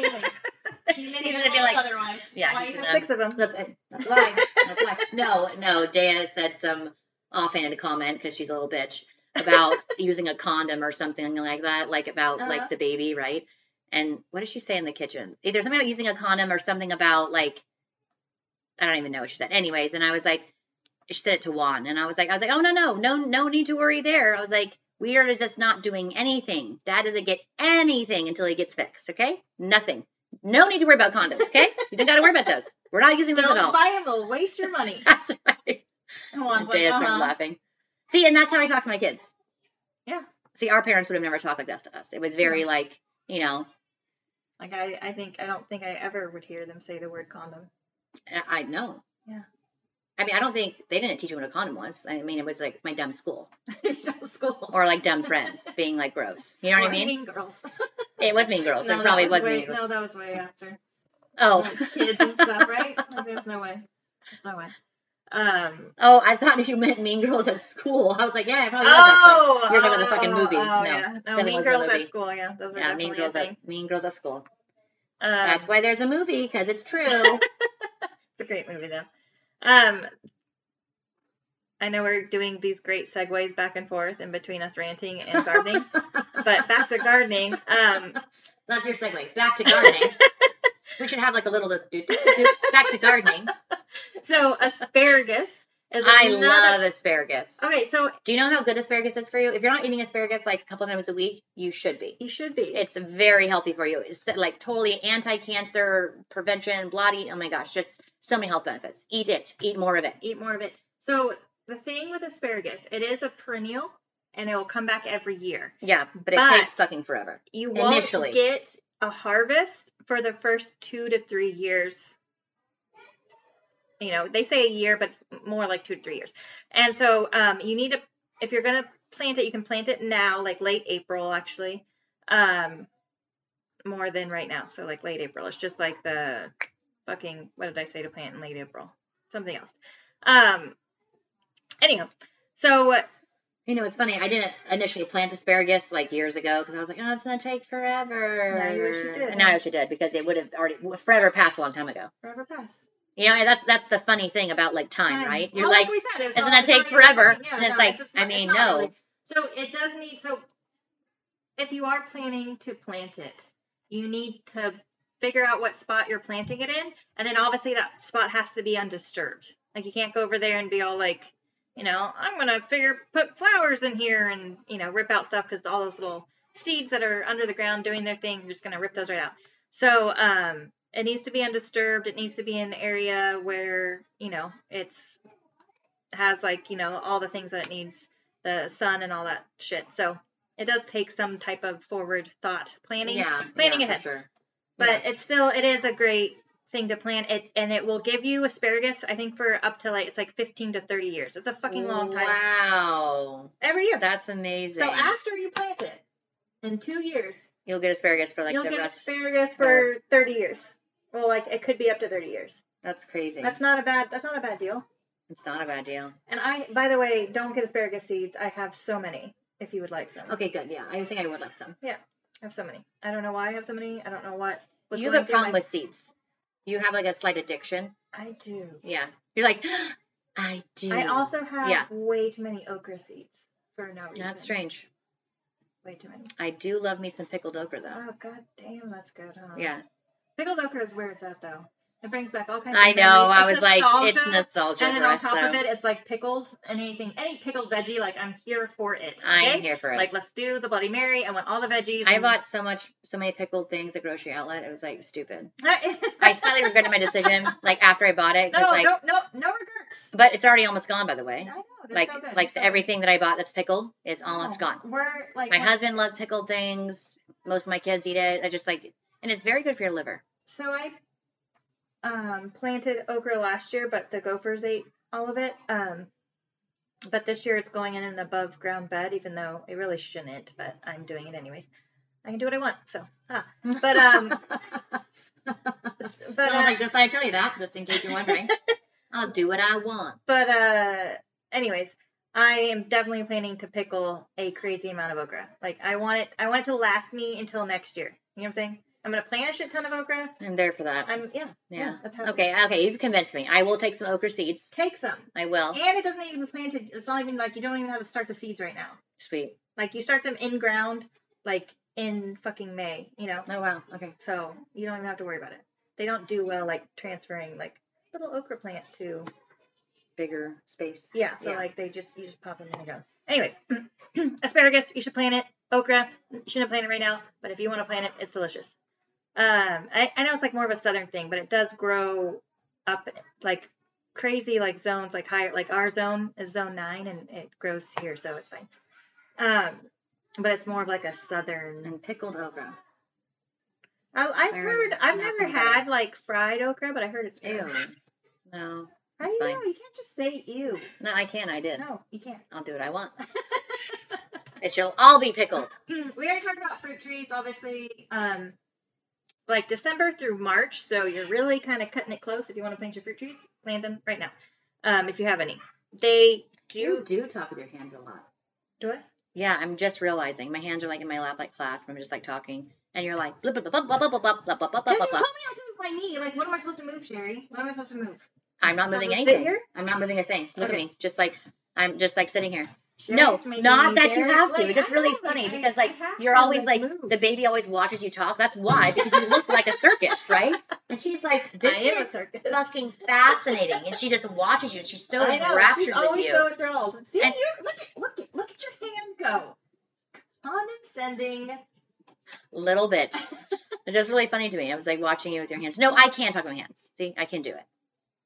[SPEAKER 2] gonna
[SPEAKER 1] be like-
[SPEAKER 2] otherwise.
[SPEAKER 1] Yeah,
[SPEAKER 2] Why
[SPEAKER 1] he's
[SPEAKER 2] you
[SPEAKER 1] gonna-
[SPEAKER 2] have six of them?
[SPEAKER 1] That's, that's why. That's why. No, no. Dea said some offhanded comment because she's a little bitch about using a condom or something like that, like about
[SPEAKER 2] Uh-huh.
[SPEAKER 1] like the baby, right? And what does she say in the kitchen? Either something about using a condom or something about like I don't even know what she said. Anyways, and I was like, she said it to Juan, and I was like, I was like, oh no no no no need to worry there. I was like, we are just not doing anything. Dad doesn't get anything until he gets fixed. Okay, nothing. No need to worry about condoms. Okay, you don't got to worry about those. We're not using those
[SPEAKER 2] Don't
[SPEAKER 1] at all.
[SPEAKER 2] buy them; they'll waste your money.
[SPEAKER 1] That's right.
[SPEAKER 2] Come on,
[SPEAKER 1] And
[SPEAKER 2] Uh-huh.
[SPEAKER 1] Dea started laughing. See, and that's how I talk to my kids.
[SPEAKER 2] Yeah.
[SPEAKER 1] See, our parents would have never talked like this to us. It was very like, you know,
[SPEAKER 2] Like I, I think I don't think I ever would hear them say the word condom.
[SPEAKER 1] I- I know.
[SPEAKER 2] Yeah.
[SPEAKER 1] I mean, I don't think they didn't teach me what a condom was. I mean, it was like my dumb school
[SPEAKER 2] At school.
[SPEAKER 1] or like dumb friends being like gross. You know what
[SPEAKER 2] Or
[SPEAKER 1] I mean?
[SPEAKER 2] Mean Girls.
[SPEAKER 1] It was Mean Girls.
[SPEAKER 2] No,
[SPEAKER 1] it
[SPEAKER 2] that
[SPEAKER 1] probably was,
[SPEAKER 2] way,
[SPEAKER 1] Mean Girls.
[SPEAKER 2] No, that was way after.
[SPEAKER 1] oh.
[SPEAKER 2] Like, kids and stuff, right? Like, there's no way. There's no way. Um.
[SPEAKER 1] Oh, I thought you meant Mean Girls at school. I was like, yeah, I probably was actually.
[SPEAKER 2] oh,
[SPEAKER 1] You're talking about the fucking
[SPEAKER 2] oh,
[SPEAKER 1] movie.
[SPEAKER 2] Oh,
[SPEAKER 1] No,
[SPEAKER 2] yeah. no
[SPEAKER 1] definitely
[SPEAKER 2] Mean
[SPEAKER 1] wasn't a
[SPEAKER 2] Girls
[SPEAKER 1] movie.
[SPEAKER 2] at school. Yeah, those were
[SPEAKER 1] Yeah,
[SPEAKER 2] definitely
[SPEAKER 1] Mean Girls
[SPEAKER 2] a
[SPEAKER 1] at
[SPEAKER 2] thing.
[SPEAKER 1] Mean Girls at school.
[SPEAKER 2] Um,
[SPEAKER 1] That's why there's a movie because it's true.
[SPEAKER 2] It's a great movie though. Um, I know we're doing these great segues back and forth in between us ranting and gardening, but back to gardening. Um,
[SPEAKER 1] That's your segue. Back to gardening. we should have like a little do- do- do- do- back to gardening.
[SPEAKER 2] so asparagus is
[SPEAKER 1] I
[SPEAKER 2] another- Oh.
[SPEAKER 1] love asparagus.
[SPEAKER 2] Okay, so
[SPEAKER 1] Do you know how good asparagus is for you? If you're not eating asparagus like a couple times a week, you should be.
[SPEAKER 2] you should be.
[SPEAKER 1] It's very healthy for you. It's like totally anti-cancer prevention, bloody. Oh my gosh, just so many health benefits. Eat it. Eat more of it.
[SPEAKER 2] eat more of it. So the thing with asparagus, it is a perennial, and it will come back every year.
[SPEAKER 1] Yeah, but it
[SPEAKER 2] But-
[SPEAKER 1] takes fucking forever.
[SPEAKER 2] You won't
[SPEAKER 1] Initially.
[SPEAKER 2] get a harvest for the first two to three years. You know, they say a year, but it's more like two to three years. And so um, you need to, if you're going to plant it, you can plant it now, like late April, actually, um, more than right now. So, like late April. It's just like the fucking, what did I say to plant in late April? Something else. Um, anyhow, so uh,
[SPEAKER 1] You know, it's funny. I didn't initially plant asparagus like years ago because I was like, oh, it's gonna take forever.
[SPEAKER 2] Now you wish you did,
[SPEAKER 1] And now I
[SPEAKER 2] huh?
[SPEAKER 1] wish you did because it would have already forever passed a long time ago.
[SPEAKER 2] forever pass.
[SPEAKER 1] You know, and that's that's the funny thing about like time, right? You're
[SPEAKER 2] Well,
[SPEAKER 1] like,
[SPEAKER 2] we said, it was
[SPEAKER 1] it's
[SPEAKER 2] not-
[SPEAKER 1] gonna
[SPEAKER 2] it's not
[SPEAKER 1] take
[SPEAKER 2] gonna be
[SPEAKER 1] forever,
[SPEAKER 2] something- yeah,
[SPEAKER 1] and it's
[SPEAKER 2] no,
[SPEAKER 1] like,
[SPEAKER 2] it's
[SPEAKER 1] I
[SPEAKER 2] not-
[SPEAKER 1] mean,
[SPEAKER 2] it's not
[SPEAKER 1] no.
[SPEAKER 2] really- So it does need. So if you are planning to plant it, you need to figure out what spot you're planting it in, and then obviously that spot has to be undisturbed. Like you can't go over there and be all like, you know, I'm gonna figure put flowers in here and you know rip out stuff because all those little seeds that are under the ground doing their thing, you're just gonna rip those right out. So um, it needs to be undisturbed. It needs to be in the area where you know it's has like you know all the things that it needs, the sun and all that shit. So it does take some type of forward thought planning.
[SPEAKER 1] yeah,
[SPEAKER 2] planning
[SPEAKER 1] yeah,
[SPEAKER 2] ahead.
[SPEAKER 1] For sure.
[SPEAKER 2] But it's still it is a great thing to plant it and it will give you asparagus I think for up to like it's like 15 to 30 years. It's a fucking long time.
[SPEAKER 1] Wow,
[SPEAKER 2] Every year.
[SPEAKER 1] that's amazing.
[SPEAKER 2] So after you plant it in 2 years
[SPEAKER 1] You'll get asparagus for like
[SPEAKER 2] you'll
[SPEAKER 1] the
[SPEAKER 2] get
[SPEAKER 1] rest.
[SPEAKER 2] asparagus for 30 years. Well, like it could be up to 30 years.
[SPEAKER 1] That's crazy.
[SPEAKER 2] That's not a bad. That's not a bad deal.
[SPEAKER 1] it's not a bad deal.
[SPEAKER 2] And I, by the way, don't get asparagus seeds. I have so many. If you would like some,
[SPEAKER 1] Okay, good. Yeah, I think I would like some.
[SPEAKER 2] I have so many. I don't know why I have so many. I don't know what. was
[SPEAKER 1] you
[SPEAKER 2] going
[SPEAKER 1] have a
[SPEAKER 2] through
[SPEAKER 1] problem
[SPEAKER 2] my-
[SPEAKER 1] with seeds. You have like a slight addiction.
[SPEAKER 2] I do.
[SPEAKER 1] Yeah, you're like, I do.
[SPEAKER 2] I also have
[SPEAKER 1] Mm. Yeah.
[SPEAKER 2] way too many okra seeds for no reason.
[SPEAKER 1] That's strange.
[SPEAKER 2] Way too many.
[SPEAKER 1] I do love me some pickled okra though.
[SPEAKER 2] Oh god damn, that's good, huh?
[SPEAKER 1] yeah,
[SPEAKER 2] Pickled okra is where it's at though. It brings back all kinds.
[SPEAKER 1] I
[SPEAKER 2] of
[SPEAKER 1] know.
[SPEAKER 2] memories.
[SPEAKER 1] I
[SPEAKER 2] It's
[SPEAKER 1] was like, it's
[SPEAKER 2] nostalgia.
[SPEAKER 1] nostalgia
[SPEAKER 2] And then
[SPEAKER 1] for
[SPEAKER 2] on
[SPEAKER 1] us,
[SPEAKER 2] top
[SPEAKER 1] though.
[SPEAKER 2] of it, it's like pickles and anything, any pickled veggie. Like I'm here for it.
[SPEAKER 1] I am
[SPEAKER 2] okay?
[SPEAKER 1] here for it.
[SPEAKER 2] Like let's do the Bloody Mary. I want all the veggies.
[SPEAKER 1] I
[SPEAKER 2] and-
[SPEAKER 1] bought so much, so many pickled things at grocery outlet. It was like stupid. I
[SPEAKER 2] I
[SPEAKER 1] slightly regretted my decision, like after I bought it,
[SPEAKER 2] No,
[SPEAKER 1] because like,
[SPEAKER 2] don't- no, no regrets.
[SPEAKER 1] but it's already almost gone, by the
[SPEAKER 2] I
[SPEAKER 1] way.
[SPEAKER 2] know. they're
[SPEAKER 1] like,
[SPEAKER 2] so good,
[SPEAKER 1] like
[SPEAKER 2] they're so
[SPEAKER 1] everything that I bought that's pickled is
[SPEAKER 2] good.
[SPEAKER 1] almost
[SPEAKER 2] No,
[SPEAKER 1] gone.
[SPEAKER 2] We're like
[SPEAKER 1] My
[SPEAKER 2] we're-
[SPEAKER 1] husband loves pickled things. Most of my kids eat it. I just like, and it's very good for your liver.
[SPEAKER 2] So I um planted okra last year, but the gophers ate all of it. Um, but this year it's going in an above ground bed, even though it really shouldn't. But I'm doing it anyways. I can do what I want. So, huh. but um, but
[SPEAKER 1] but I
[SPEAKER 2] uh,
[SPEAKER 1] was like, just I tell you that, just in case you're wondering. I'll do what I want.
[SPEAKER 2] But uh anyways, I am definitely planning to pickle a crazy amount of okra. Like I want it I want it to last me until next year. You know what I'm saying? I I'm gonna plant a shit ton of okra.
[SPEAKER 1] I'm there for that.
[SPEAKER 2] I'm yeah.
[SPEAKER 1] Yeah.
[SPEAKER 2] that's how-
[SPEAKER 1] Okay, okay, you've convinced me. I will take some okra seeds.
[SPEAKER 2] Take some.
[SPEAKER 1] I will.
[SPEAKER 2] And it doesn't even be planted. It's not even like you don't even have to start the seeds right now.
[SPEAKER 1] Sweet.
[SPEAKER 2] Like you start them in ground, like in fucking May, you know.
[SPEAKER 1] Oh wow. Okay.
[SPEAKER 2] So you don't even have to worry about it. They don't do well like transferring like little okra plant to
[SPEAKER 1] Bigger space.
[SPEAKER 2] yeah. So
[SPEAKER 1] Yeah.
[SPEAKER 2] like they just you just pop them in and go. Anyways, asparagus you should plant it. Okra you shouldn't plant it right now, but if you want to plant it, it's delicious. Um, I, I know it's like more of a southern thing, but it does grow up like crazy like zones like higher like our zone is zone nine and it grows here so it's fine. Um, but it's more of like a southern.
[SPEAKER 1] And pickled okra.
[SPEAKER 2] I, I've
[SPEAKER 1] There
[SPEAKER 2] heard.
[SPEAKER 1] is
[SPEAKER 2] I've
[SPEAKER 1] nothing
[SPEAKER 2] never
[SPEAKER 1] better.
[SPEAKER 2] had like fried okra, but I heard it's
[SPEAKER 1] Ew.
[SPEAKER 2] bad.
[SPEAKER 1] No.
[SPEAKER 2] How do
[SPEAKER 1] it's
[SPEAKER 2] you
[SPEAKER 1] fine.
[SPEAKER 2] know? You can't just say ew.
[SPEAKER 1] No, I can. I did.
[SPEAKER 2] No, you can't.
[SPEAKER 1] I'll do what I want. It shall all be pickled.
[SPEAKER 2] Hmm, we already talked about fruit trees, obviously. Um, like December through March, so you're really kind of cutting it close. If you want to plant your fruit trees, plant them right now. Um, if you have any, they do.
[SPEAKER 1] do talk with your hands a lot.
[SPEAKER 2] Do it.
[SPEAKER 1] Yeah, I'm just realizing my hands are like in my lap, like clasp. I'm just like talking, and you're like, blub, blub, blub, blub, blub, blub, blub, blub, blub, blub, blub,
[SPEAKER 2] Because you
[SPEAKER 1] blub,
[SPEAKER 2] told me
[SPEAKER 1] blub.
[SPEAKER 2] not to move my knee. Like, what am I supposed to move, Sherry? What am I supposed to move?
[SPEAKER 1] I'm not
[SPEAKER 2] So
[SPEAKER 1] moving
[SPEAKER 2] sit
[SPEAKER 1] anything.
[SPEAKER 2] here?
[SPEAKER 1] I'm not moving a thing. Look
[SPEAKER 2] Okay.
[SPEAKER 1] at me, just like I'm just like sitting here.
[SPEAKER 2] Sherry's
[SPEAKER 1] no,
[SPEAKER 2] making
[SPEAKER 1] not
[SPEAKER 2] me
[SPEAKER 1] that you
[SPEAKER 2] very-
[SPEAKER 1] have to.
[SPEAKER 2] like,
[SPEAKER 1] It's just
[SPEAKER 2] I
[SPEAKER 1] really
[SPEAKER 2] know,
[SPEAKER 1] funny
[SPEAKER 2] I-
[SPEAKER 1] because
[SPEAKER 2] I
[SPEAKER 1] like
[SPEAKER 2] have
[SPEAKER 1] you're
[SPEAKER 2] to,
[SPEAKER 1] always like
[SPEAKER 2] move.
[SPEAKER 1] the baby always watches you talk. That's why because you look like a circus, right? And she's like,
[SPEAKER 2] I
[SPEAKER 1] this
[SPEAKER 2] am a
[SPEAKER 1] is
[SPEAKER 2] circus.
[SPEAKER 1] fucking fascinating, and she just watches you. She's so
[SPEAKER 2] I know,
[SPEAKER 1] enraptured
[SPEAKER 2] she's
[SPEAKER 1] with
[SPEAKER 2] always
[SPEAKER 1] you.
[SPEAKER 2] so enthralled. See,
[SPEAKER 1] And-
[SPEAKER 2] you look at look at look at your hand go. Condescending.
[SPEAKER 1] little bit. it's just really funny to me. I was like watching you with your hands. No, I can talk with my hands. See, I can do it.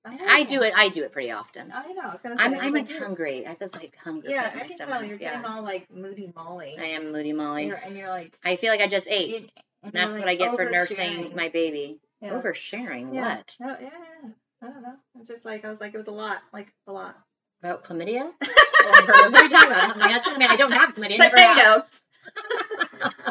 [SPEAKER 1] I do it. I do it pretty often.
[SPEAKER 2] I know. I was gonna say.
[SPEAKER 1] I'm,
[SPEAKER 2] I
[SPEAKER 1] I'm
[SPEAKER 2] was
[SPEAKER 1] like
[SPEAKER 2] like,
[SPEAKER 1] hungry. I feel like hungry.
[SPEAKER 2] Yeah,
[SPEAKER 1] in my
[SPEAKER 2] I can
[SPEAKER 1] stomach.
[SPEAKER 2] tell you're
[SPEAKER 1] yeah.
[SPEAKER 2] getting all like moody Molly,
[SPEAKER 1] I am Moody Molly.
[SPEAKER 2] You're- and you're like,
[SPEAKER 1] I feel like I just ate.
[SPEAKER 2] and you're,
[SPEAKER 1] And that's
[SPEAKER 2] like,
[SPEAKER 1] what I get for nursing
[SPEAKER 2] oversharing.
[SPEAKER 1] my baby.
[SPEAKER 2] Yeah.
[SPEAKER 1] Oversharing
[SPEAKER 2] Yeah.
[SPEAKER 1] what?
[SPEAKER 2] Oh, yeah, yeah. I don't know. I'm just like I was like it was a lot, like a lot.
[SPEAKER 1] About chlamydia? Or- what are you talking about? I'm like, that's- I mean, I don't have chlamydia. I never have.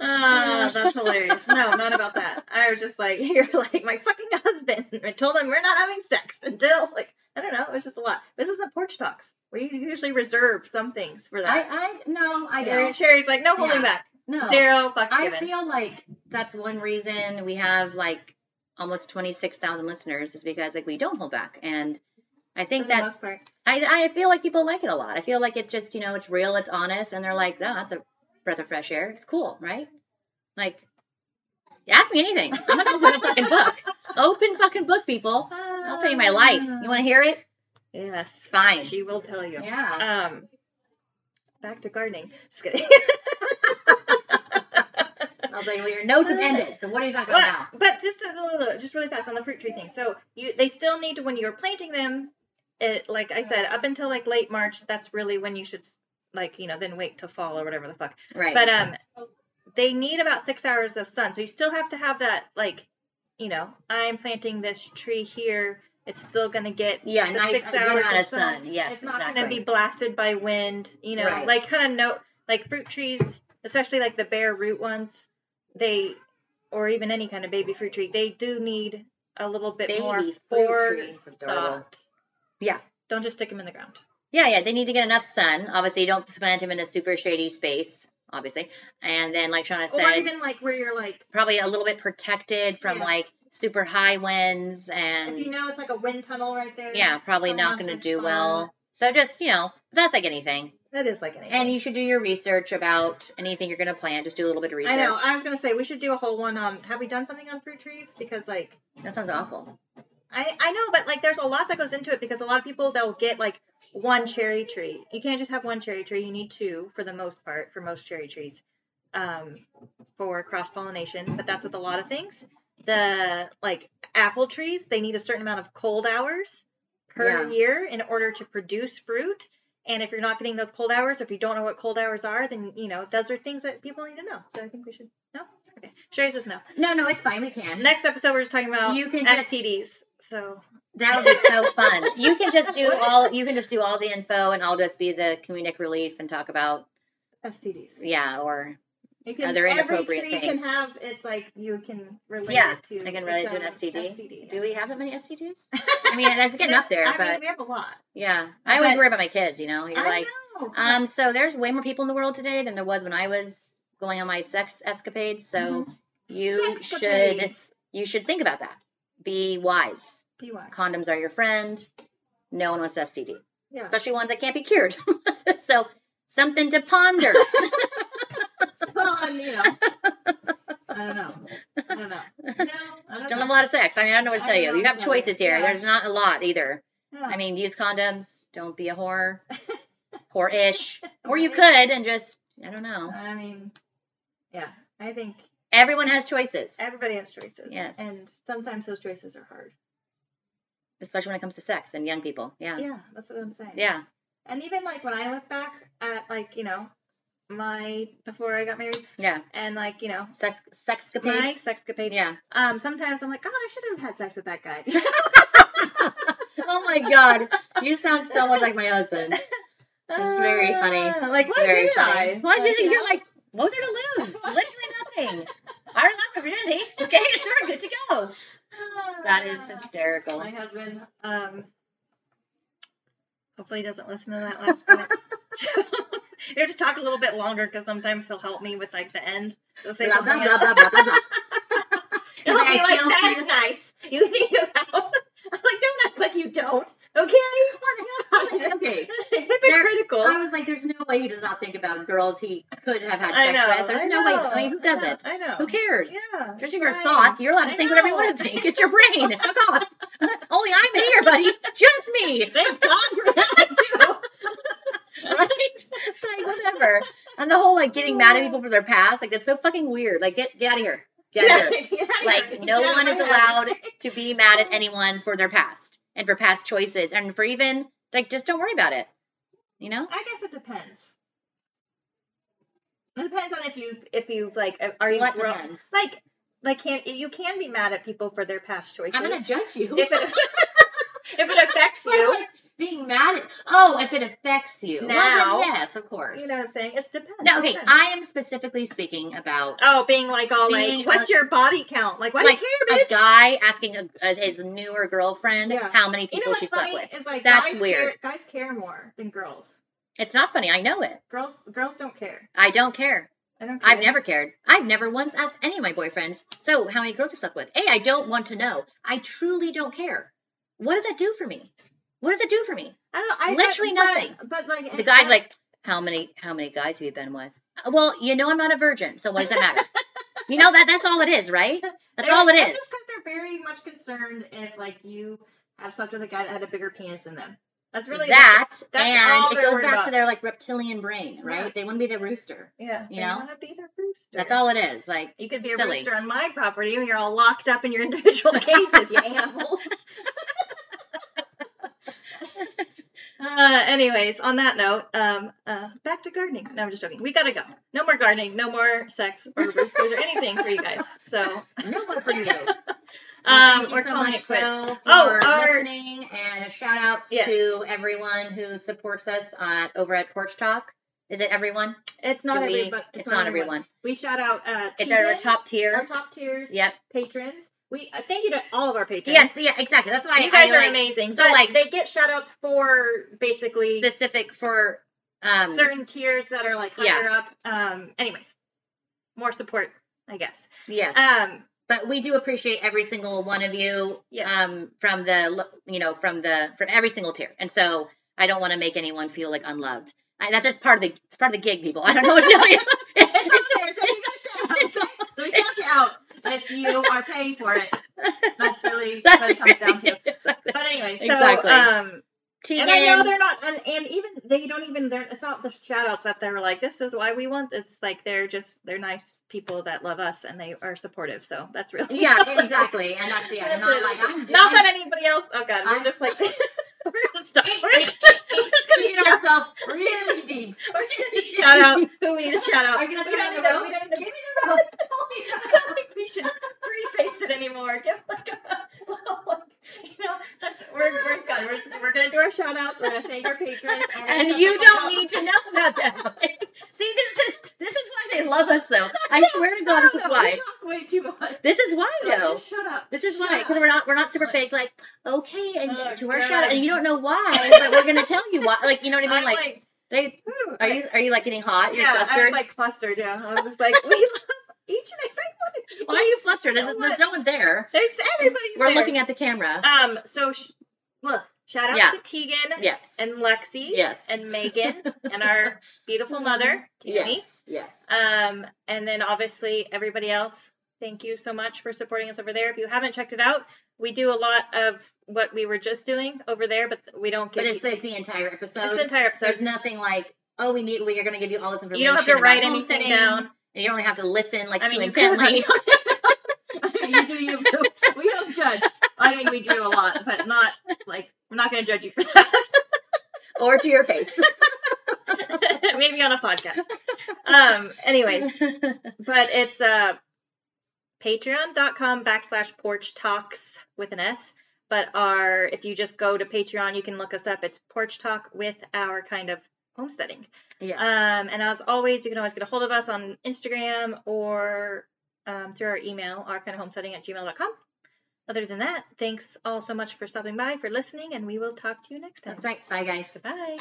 [SPEAKER 2] Ah, that's hilarious. No, not about that. I was just like, you're like my fucking husband. I told him we're not having sex until like I don't know. It was just a lot. This isn't porch talks. We usually reserve some things for that.
[SPEAKER 1] I, I no, I
[SPEAKER 2] Sherry-
[SPEAKER 1] don't.
[SPEAKER 2] Sherry's like, no holding
[SPEAKER 1] Yeah.
[SPEAKER 2] back.
[SPEAKER 1] No.
[SPEAKER 2] Zero fucks
[SPEAKER 1] I
[SPEAKER 2] given.
[SPEAKER 1] feel like that's one reason we have like almost 26,000 listeners is because like we don't hold back. And I
[SPEAKER 2] For the
[SPEAKER 1] think that
[SPEAKER 2] most part.
[SPEAKER 1] I, I feel like people like it a lot. I feel like it's just, you know, it's real, it's honest, and they're like, oh, that's a breath of fresh air. It's cool, right? Like, ask me anything. I'm going to open a fucking book. Open fucking book, people. I'll tell you my life. You want to hear it?
[SPEAKER 2] Yes,
[SPEAKER 1] It's fine.
[SPEAKER 2] she will tell you.
[SPEAKER 1] Yeah.
[SPEAKER 2] Um, back to gardening. Just kidding.
[SPEAKER 1] I'll tell you what your notes have ended. So what are you talking about now?
[SPEAKER 2] But, but just a little, just really fast on the fruit tree thing. So you, they still need to when you're planting them. It, like I said, up until like late March, that's really when you should, like you know, then wait till fall or whatever the fuck.
[SPEAKER 1] Right.
[SPEAKER 2] But um, they need about six hours of sun. So you still have to have that like, you know, I'm planting this tree here. It's still gonna get
[SPEAKER 1] yeah,
[SPEAKER 2] the
[SPEAKER 1] nice
[SPEAKER 2] six
[SPEAKER 1] good
[SPEAKER 2] hours
[SPEAKER 1] amount
[SPEAKER 2] of
[SPEAKER 1] of
[SPEAKER 2] sun.
[SPEAKER 1] sun. Yes,
[SPEAKER 2] it's not
[SPEAKER 1] exactly.
[SPEAKER 2] going to be blasted by wind, you know,
[SPEAKER 1] Right.
[SPEAKER 2] like kind of no, like fruit trees, especially like the bare root ones, they, or even any kind of baby fruit tree, they do need a little bit
[SPEAKER 1] Baby
[SPEAKER 2] more
[SPEAKER 1] fruit
[SPEAKER 2] forethought.
[SPEAKER 1] trees, adorable. Yeah.
[SPEAKER 2] Don't just stick them in the ground.
[SPEAKER 1] Yeah, yeah, they need to get enough sun. Obviously, you don't plant them in a super shady space, obviously. And then, like Shauna
[SPEAKER 2] or
[SPEAKER 1] said,
[SPEAKER 2] even like where you're like,
[SPEAKER 1] probably a little bit protected from
[SPEAKER 2] Yes.
[SPEAKER 1] like super high winds and
[SPEAKER 2] if you know it's like a wind tunnel right there.
[SPEAKER 1] yeah, probably
[SPEAKER 2] going
[SPEAKER 1] not
[SPEAKER 2] on
[SPEAKER 1] going to
[SPEAKER 2] this
[SPEAKER 1] do
[SPEAKER 2] fall.
[SPEAKER 1] well. So just you know, that's like anything.
[SPEAKER 2] That is like an
[SPEAKER 1] And you should do your research about anything you're going to plant. Just do a little bit of research.
[SPEAKER 2] I know. I was going to say, we should do a whole one on, have we done something on fruit trees? Because like,
[SPEAKER 1] that sounds awful.
[SPEAKER 2] I, I know, but like there's a lot that goes into it because a lot of people they'll get like one cherry tree. You can't just have one cherry tree. You need two for the most part for most cherry trees um, for cross pollination. But that's with a lot of things. The like apple trees, they need a certain amount of cold hours per
[SPEAKER 1] Yeah.
[SPEAKER 2] year in order to produce fruit. And if you're not getting those cold hours, if you don't know what cold hours are, then you know those are things that people need to know. So I think we should no. Okay, Sherry says no.
[SPEAKER 1] No, no, it's fine. We can.
[SPEAKER 2] Next episode, we're just talking about
[SPEAKER 1] You can just
[SPEAKER 2] STDs. So.
[SPEAKER 1] that would be so fun. You can just do all you can just do all the info, and I'll just be the comedic relief and talk about
[SPEAKER 2] STDs.
[SPEAKER 1] yeah or
[SPEAKER 2] You can,
[SPEAKER 1] Other inappropriate
[SPEAKER 2] every tree
[SPEAKER 1] things.
[SPEAKER 2] can have it's like you can relate
[SPEAKER 1] Yeah,
[SPEAKER 2] it to.
[SPEAKER 1] I can
[SPEAKER 2] its
[SPEAKER 1] relate it to
[SPEAKER 2] own
[SPEAKER 1] an STD.
[SPEAKER 2] STD,
[SPEAKER 1] Do
[SPEAKER 2] yeah.
[SPEAKER 1] we have that many STDs? I mean, that's getting up there,
[SPEAKER 2] I
[SPEAKER 1] but
[SPEAKER 2] mean, we have a lot.
[SPEAKER 1] yeah, I always
[SPEAKER 2] But-
[SPEAKER 1] worry about my kids. You know, you're
[SPEAKER 2] I
[SPEAKER 1] like,
[SPEAKER 2] know.
[SPEAKER 1] um, so there's way more people in the world today than there was when I was going on my sex escapades. So
[SPEAKER 2] Mm-hmm.
[SPEAKER 1] you
[SPEAKER 2] Next,
[SPEAKER 1] should
[SPEAKER 2] please.
[SPEAKER 1] you should think about that. Be wise.
[SPEAKER 2] Be wise.
[SPEAKER 1] Condoms are your friend. No one wants STD,
[SPEAKER 2] Yeah.
[SPEAKER 1] especially ones that can't be cured. so something to ponder.
[SPEAKER 2] Well, I mean, you know. I don't know. I don't know. No, I
[SPEAKER 1] don't
[SPEAKER 2] don't
[SPEAKER 1] have a
[SPEAKER 2] know.
[SPEAKER 1] lot of sex. I mean, I don't know what to
[SPEAKER 2] I
[SPEAKER 1] tell
[SPEAKER 2] don't
[SPEAKER 1] you.
[SPEAKER 2] know
[SPEAKER 1] You have
[SPEAKER 2] what to tell you.
[SPEAKER 1] choices here.
[SPEAKER 2] Yeah.
[SPEAKER 1] There's not a lot either.
[SPEAKER 2] Yeah.
[SPEAKER 1] I mean, use condoms. Don't be a whore. Whore-ish. Or you
[SPEAKER 2] Right.
[SPEAKER 1] could and just I don't know.
[SPEAKER 2] I mean, yeah. I think
[SPEAKER 1] Everyone has choices,
[SPEAKER 2] everybody has choices.
[SPEAKER 1] Yes.
[SPEAKER 2] And sometimes those choices are hard.
[SPEAKER 1] especially when it comes to sex and young people. Yeah.
[SPEAKER 2] Yeah, that's what I'm saying.
[SPEAKER 1] Yeah.
[SPEAKER 2] And even like when I look back at like, you know, my before I got married
[SPEAKER 1] Yeah.
[SPEAKER 2] and like, you know,
[SPEAKER 1] Sex sexcapades.
[SPEAKER 2] my sexcapades.
[SPEAKER 1] Yeah.
[SPEAKER 2] Um, sometimes I'm like, God, I should have had sex with that guy.
[SPEAKER 1] Oh my god. You sound so much like my husband. That's very funny.
[SPEAKER 2] Like,
[SPEAKER 1] It's
[SPEAKER 2] why
[SPEAKER 1] very
[SPEAKER 2] did
[SPEAKER 1] funny.
[SPEAKER 2] I?
[SPEAKER 1] Why did
[SPEAKER 2] you
[SPEAKER 1] you? You're
[SPEAKER 2] know?
[SPEAKER 1] like, what was there to lose? Literally nothing. I don't lost my virginity. Okay, it's we're good to go. That is hysterical.
[SPEAKER 2] my husband. Um, hopefully he doesn't listen to that last part. He'll just talk a little bit longer because sometimes he'll help me with like the end. He'll say
[SPEAKER 1] Blah, blah,
[SPEAKER 2] something
[SPEAKER 1] blah,
[SPEAKER 2] else.
[SPEAKER 1] blah, blah, blah, blah.
[SPEAKER 2] He'll
[SPEAKER 1] And I
[SPEAKER 2] be like,
[SPEAKER 1] feel
[SPEAKER 2] "That's
[SPEAKER 1] you."
[SPEAKER 2] nice. You think you have." I'm like, "Don't act like you don't." Okay.
[SPEAKER 1] Okay.
[SPEAKER 2] Hypocritical.
[SPEAKER 1] I was like, there's no way he does not think about girls he could have had
[SPEAKER 2] I
[SPEAKER 1] sex
[SPEAKER 2] know.
[SPEAKER 1] with. There's
[SPEAKER 2] I
[SPEAKER 1] no way.
[SPEAKER 2] know,
[SPEAKER 1] I mean, who does
[SPEAKER 2] know,
[SPEAKER 1] it?
[SPEAKER 2] I know.
[SPEAKER 1] Who cares?
[SPEAKER 2] Yeah.
[SPEAKER 1] Just your
[SPEAKER 2] right.
[SPEAKER 1] thoughts. You're allowed
[SPEAKER 2] I
[SPEAKER 1] to think whatever you
[SPEAKER 2] know.
[SPEAKER 1] want to think. It's your brain. Fuck off. Only I'm in here, buddy. Just me.
[SPEAKER 2] Thank God for that too.
[SPEAKER 1] right? It's like whatever. And the whole like getting mad at people for their past, like that's so fucking weird. Like get get out of here. Get out of here. Like no one is allowed to be mad at anyone for their past and for past choices and for even like just don't worry about it. You know?
[SPEAKER 2] I guess it depends. It depends on if you if you like are you
[SPEAKER 1] What
[SPEAKER 2] grown
[SPEAKER 1] depends?
[SPEAKER 2] like like can you can be mad at people for their past choices.
[SPEAKER 1] judge you.
[SPEAKER 2] if it if it affects you,
[SPEAKER 1] being mad at oh, if it affects you. Well, then
[SPEAKER 2] Now.
[SPEAKER 1] yes, of course.
[SPEAKER 2] you know what I'm saying. It's depends.
[SPEAKER 1] no, okay.
[SPEAKER 2] depends.
[SPEAKER 1] I am specifically speaking about
[SPEAKER 2] oh, being like all
[SPEAKER 1] Being
[SPEAKER 2] like, what's
[SPEAKER 1] a-
[SPEAKER 2] your body count? Like, why
[SPEAKER 1] like
[SPEAKER 2] do you care,
[SPEAKER 1] a
[SPEAKER 2] bitch?
[SPEAKER 1] guy asking a, a, his newer girlfriend
[SPEAKER 2] Yeah.
[SPEAKER 1] how many
[SPEAKER 2] you
[SPEAKER 1] people
[SPEAKER 2] know what's
[SPEAKER 1] she slept
[SPEAKER 2] funny
[SPEAKER 1] with.
[SPEAKER 2] is like
[SPEAKER 1] That's
[SPEAKER 2] guys
[SPEAKER 1] weird.
[SPEAKER 2] Care, guys care more than girls.
[SPEAKER 1] It's not funny. I know it.
[SPEAKER 2] Girls girls don't care.
[SPEAKER 1] I don't care.
[SPEAKER 2] I don't care.
[SPEAKER 1] I've never cared. I've never once asked any of my boyfriends, so how many girls you slept with? A, I don't want to know. I truly don't care. What does that do for me? What does it do for me?
[SPEAKER 2] I don't. I
[SPEAKER 1] literally
[SPEAKER 2] but-
[SPEAKER 1] nothing.
[SPEAKER 2] But like
[SPEAKER 1] The guy's like, how many how many guys have you been with? Uh, Well, you know I'm not a virgin, so what does that matter? you know that that's all it is, right? That's
[SPEAKER 2] They're-
[SPEAKER 1] all it
[SPEAKER 2] that's
[SPEAKER 1] is.
[SPEAKER 2] Just because they're very much concerned if like you have slept with a guy that had a bigger penis than them. That's really
[SPEAKER 1] that
[SPEAKER 2] that's all
[SPEAKER 1] and it
[SPEAKER 2] they're
[SPEAKER 1] goes
[SPEAKER 2] worried
[SPEAKER 1] back to
[SPEAKER 2] about.
[SPEAKER 1] their like reptilian brain, right?
[SPEAKER 2] Yeah.
[SPEAKER 1] They want to be the rooster.
[SPEAKER 2] yeah.
[SPEAKER 1] you
[SPEAKER 2] they
[SPEAKER 1] know?
[SPEAKER 2] wanna be their rooster.
[SPEAKER 1] That's all it is. Like
[SPEAKER 2] You could be a
[SPEAKER 1] silly.
[SPEAKER 2] rooster on my property, and you're all locked up in your individual cages, you animals. Uh, anyways, on that note, um, uh, back to gardening. No, I'm just joking. We gotta go. No more gardening. No more sex or roosters or anything for you guys. So,
[SPEAKER 1] No more for you. Well,
[SPEAKER 2] um,
[SPEAKER 1] thank you
[SPEAKER 2] we're
[SPEAKER 1] so
[SPEAKER 2] calling
[SPEAKER 1] much,
[SPEAKER 2] it quits.
[SPEAKER 1] though, for
[SPEAKER 2] Oh, our-
[SPEAKER 1] listening, and a shout out
[SPEAKER 2] Yes.
[SPEAKER 1] to everyone who supports us at, over at Porch Talk. Is it everyone?
[SPEAKER 2] It's
[SPEAKER 1] Do
[SPEAKER 2] not
[SPEAKER 1] we-
[SPEAKER 2] everybody.
[SPEAKER 1] It's, not everyone.
[SPEAKER 2] We shout out. Uh,
[SPEAKER 1] It's
[SPEAKER 2] Tegan,
[SPEAKER 1] our top
[SPEAKER 2] our
[SPEAKER 1] tier.
[SPEAKER 2] top tiers.
[SPEAKER 1] Yep.
[SPEAKER 2] Patrons. We uh, thank you to all of our patrons.
[SPEAKER 1] Yes. Yeah. Exactly. That's why
[SPEAKER 2] you guys
[SPEAKER 1] I
[SPEAKER 2] are
[SPEAKER 1] like
[SPEAKER 2] amazing.
[SPEAKER 1] so,
[SPEAKER 2] So but
[SPEAKER 1] like-
[SPEAKER 2] like they get shout outs for basically
[SPEAKER 1] specific for um,
[SPEAKER 2] certain tiers that are like
[SPEAKER 1] yeah.
[SPEAKER 2] higher up. Um. Anyways, more support, I guess.
[SPEAKER 1] Yes.
[SPEAKER 2] Um.
[SPEAKER 1] but we do appreciate every single one of you
[SPEAKER 2] Yes.
[SPEAKER 1] um from the lo- you know from the from every single tier and so i don't want to make anyone feel like unloved I, that's just part of the it's part of the gig people i don't know what to tell you it's,
[SPEAKER 2] It's
[SPEAKER 1] it's,
[SPEAKER 2] up there, so you gotta shout out.
[SPEAKER 1] it's all-
[SPEAKER 2] So we shout you out if you are paying for it. That's really
[SPEAKER 1] that's
[SPEAKER 2] what it comes down to.
[SPEAKER 1] exactly.
[SPEAKER 2] But anyway, so
[SPEAKER 1] Exactly.
[SPEAKER 2] um,
[SPEAKER 1] Tegan,
[SPEAKER 2] And I know they're not, and, and even they don't even. They're, it's not the shout outs that they're like, this is why we want. It's like they're just they're nice people that love us and they are supportive. So that's really
[SPEAKER 1] yeah exactly and that's yeah and not like i'm
[SPEAKER 2] not that anybody else. Oh god, we're
[SPEAKER 1] I'm-
[SPEAKER 2] just like we're gonna stop. We're just, we're just
[SPEAKER 1] I'm digging
[SPEAKER 2] gonna shout,
[SPEAKER 1] myself really deep
[SPEAKER 2] we're just gonna shout out who we need to shout out.
[SPEAKER 1] Are you gonna
[SPEAKER 2] We
[SPEAKER 1] put it on
[SPEAKER 2] don't need
[SPEAKER 1] the
[SPEAKER 2] to-
[SPEAKER 1] road?
[SPEAKER 2] we don't need to-
[SPEAKER 1] Give me the rope. Oh
[SPEAKER 2] I don't think we should preface it anymore. Give like a little, like, you know, that's, we're
[SPEAKER 1] Oh
[SPEAKER 2] we're good. We're, just, we're gonna do our shout outs. We're gonna thank our patrons. and we're gonna
[SPEAKER 1] and
[SPEAKER 2] shut
[SPEAKER 1] you
[SPEAKER 2] the fuck
[SPEAKER 1] don't
[SPEAKER 2] up.
[SPEAKER 1] need to know about that. See, this is this is why they love us though. I swear to God, this is
[SPEAKER 2] don't know,
[SPEAKER 1] why.
[SPEAKER 2] We talk way too much.
[SPEAKER 1] This is why though.
[SPEAKER 2] Just Shut up.
[SPEAKER 1] This is
[SPEAKER 2] Shut
[SPEAKER 1] why, because
[SPEAKER 2] up.
[SPEAKER 1] we're not we're not super fake. Like, okay, and
[SPEAKER 2] Oh,
[SPEAKER 1] to our shout out,
[SPEAKER 2] God.
[SPEAKER 1] and you don't know why, but we're gonna tell you why. Like, you know what I mean?
[SPEAKER 2] I'm
[SPEAKER 1] Like,
[SPEAKER 2] like,
[SPEAKER 1] they
[SPEAKER 2] hmm,
[SPEAKER 1] are
[SPEAKER 2] like,
[SPEAKER 1] you are you like getting hot? You're
[SPEAKER 2] yeah, I
[SPEAKER 1] flustered.
[SPEAKER 2] was like flustered. Yeah, I was just like, we love each and every one of you.
[SPEAKER 1] Why are you flustered? There's,
[SPEAKER 2] So
[SPEAKER 1] there's no one there.
[SPEAKER 2] There's everybody's
[SPEAKER 1] We're
[SPEAKER 2] there.
[SPEAKER 1] looking at the camera.
[SPEAKER 2] Um. So, sh- look. Shout out
[SPEAKER 1] Yeah.
[SPEAKER 2] to Tegan
[SPEAKER 1] Yes.
[SPEAKER 2] and Lexi
[SPEAKER 1] yes.
[SPEAKER 2] and Megan and our beautiful mother Tammy.
[SPEAKER 1] yes. Yes.
[SPEAKER 2] Um. And then obviously everybody else. Thank you so much for supporting us over there. If you haven't checked it out, we do a lot of what we were just doing over there, but we don't get e-,
[SPEAKER 1] but it's like the entire episode.
[SPEAKER 2] this entire episode.
[SPEAKER 1] there's nothing like, oh, we need. We are going to give you all this information.
[SPEAKER 2] You don't have to
[SPEAKER 1] about
[SPEAKER 2] write anything
[SPEAKER 1] homesteading,
[SPEAKER 2] down.
[SPEAKER 1] And you don't have to listen like
[SPEAKER 2] I mean,
[SPEAKER 1] too
[SPEAKER 2] you could,
[SPEAKER 1] intently.
[SPEAKER 2] you do you. We don't judge. I mean, we do a lot, but not like we're not going to judge you for that.
[SPEAKER 1] or to your face.
[SPEAKER 2] Maybe on a podcast. Um. Anyways, but it's uh patreon.com backslash porch talks with an s but our if you just go to patreon you can look us up it's porch talk with our kind of homesteading
[SPEAKER 1] yeah.
[SPEAKER 2] um, and as always, you can always get a hold of us on Instagram or um, through our email, ourkindofhomesteading at gmail.com. Other than that, thanks all so much for stopping by, for listening, and we will talk to you next time.
[SPEAKER 1] That's right. Bye, guys.
[SPEAKER 2] Bye.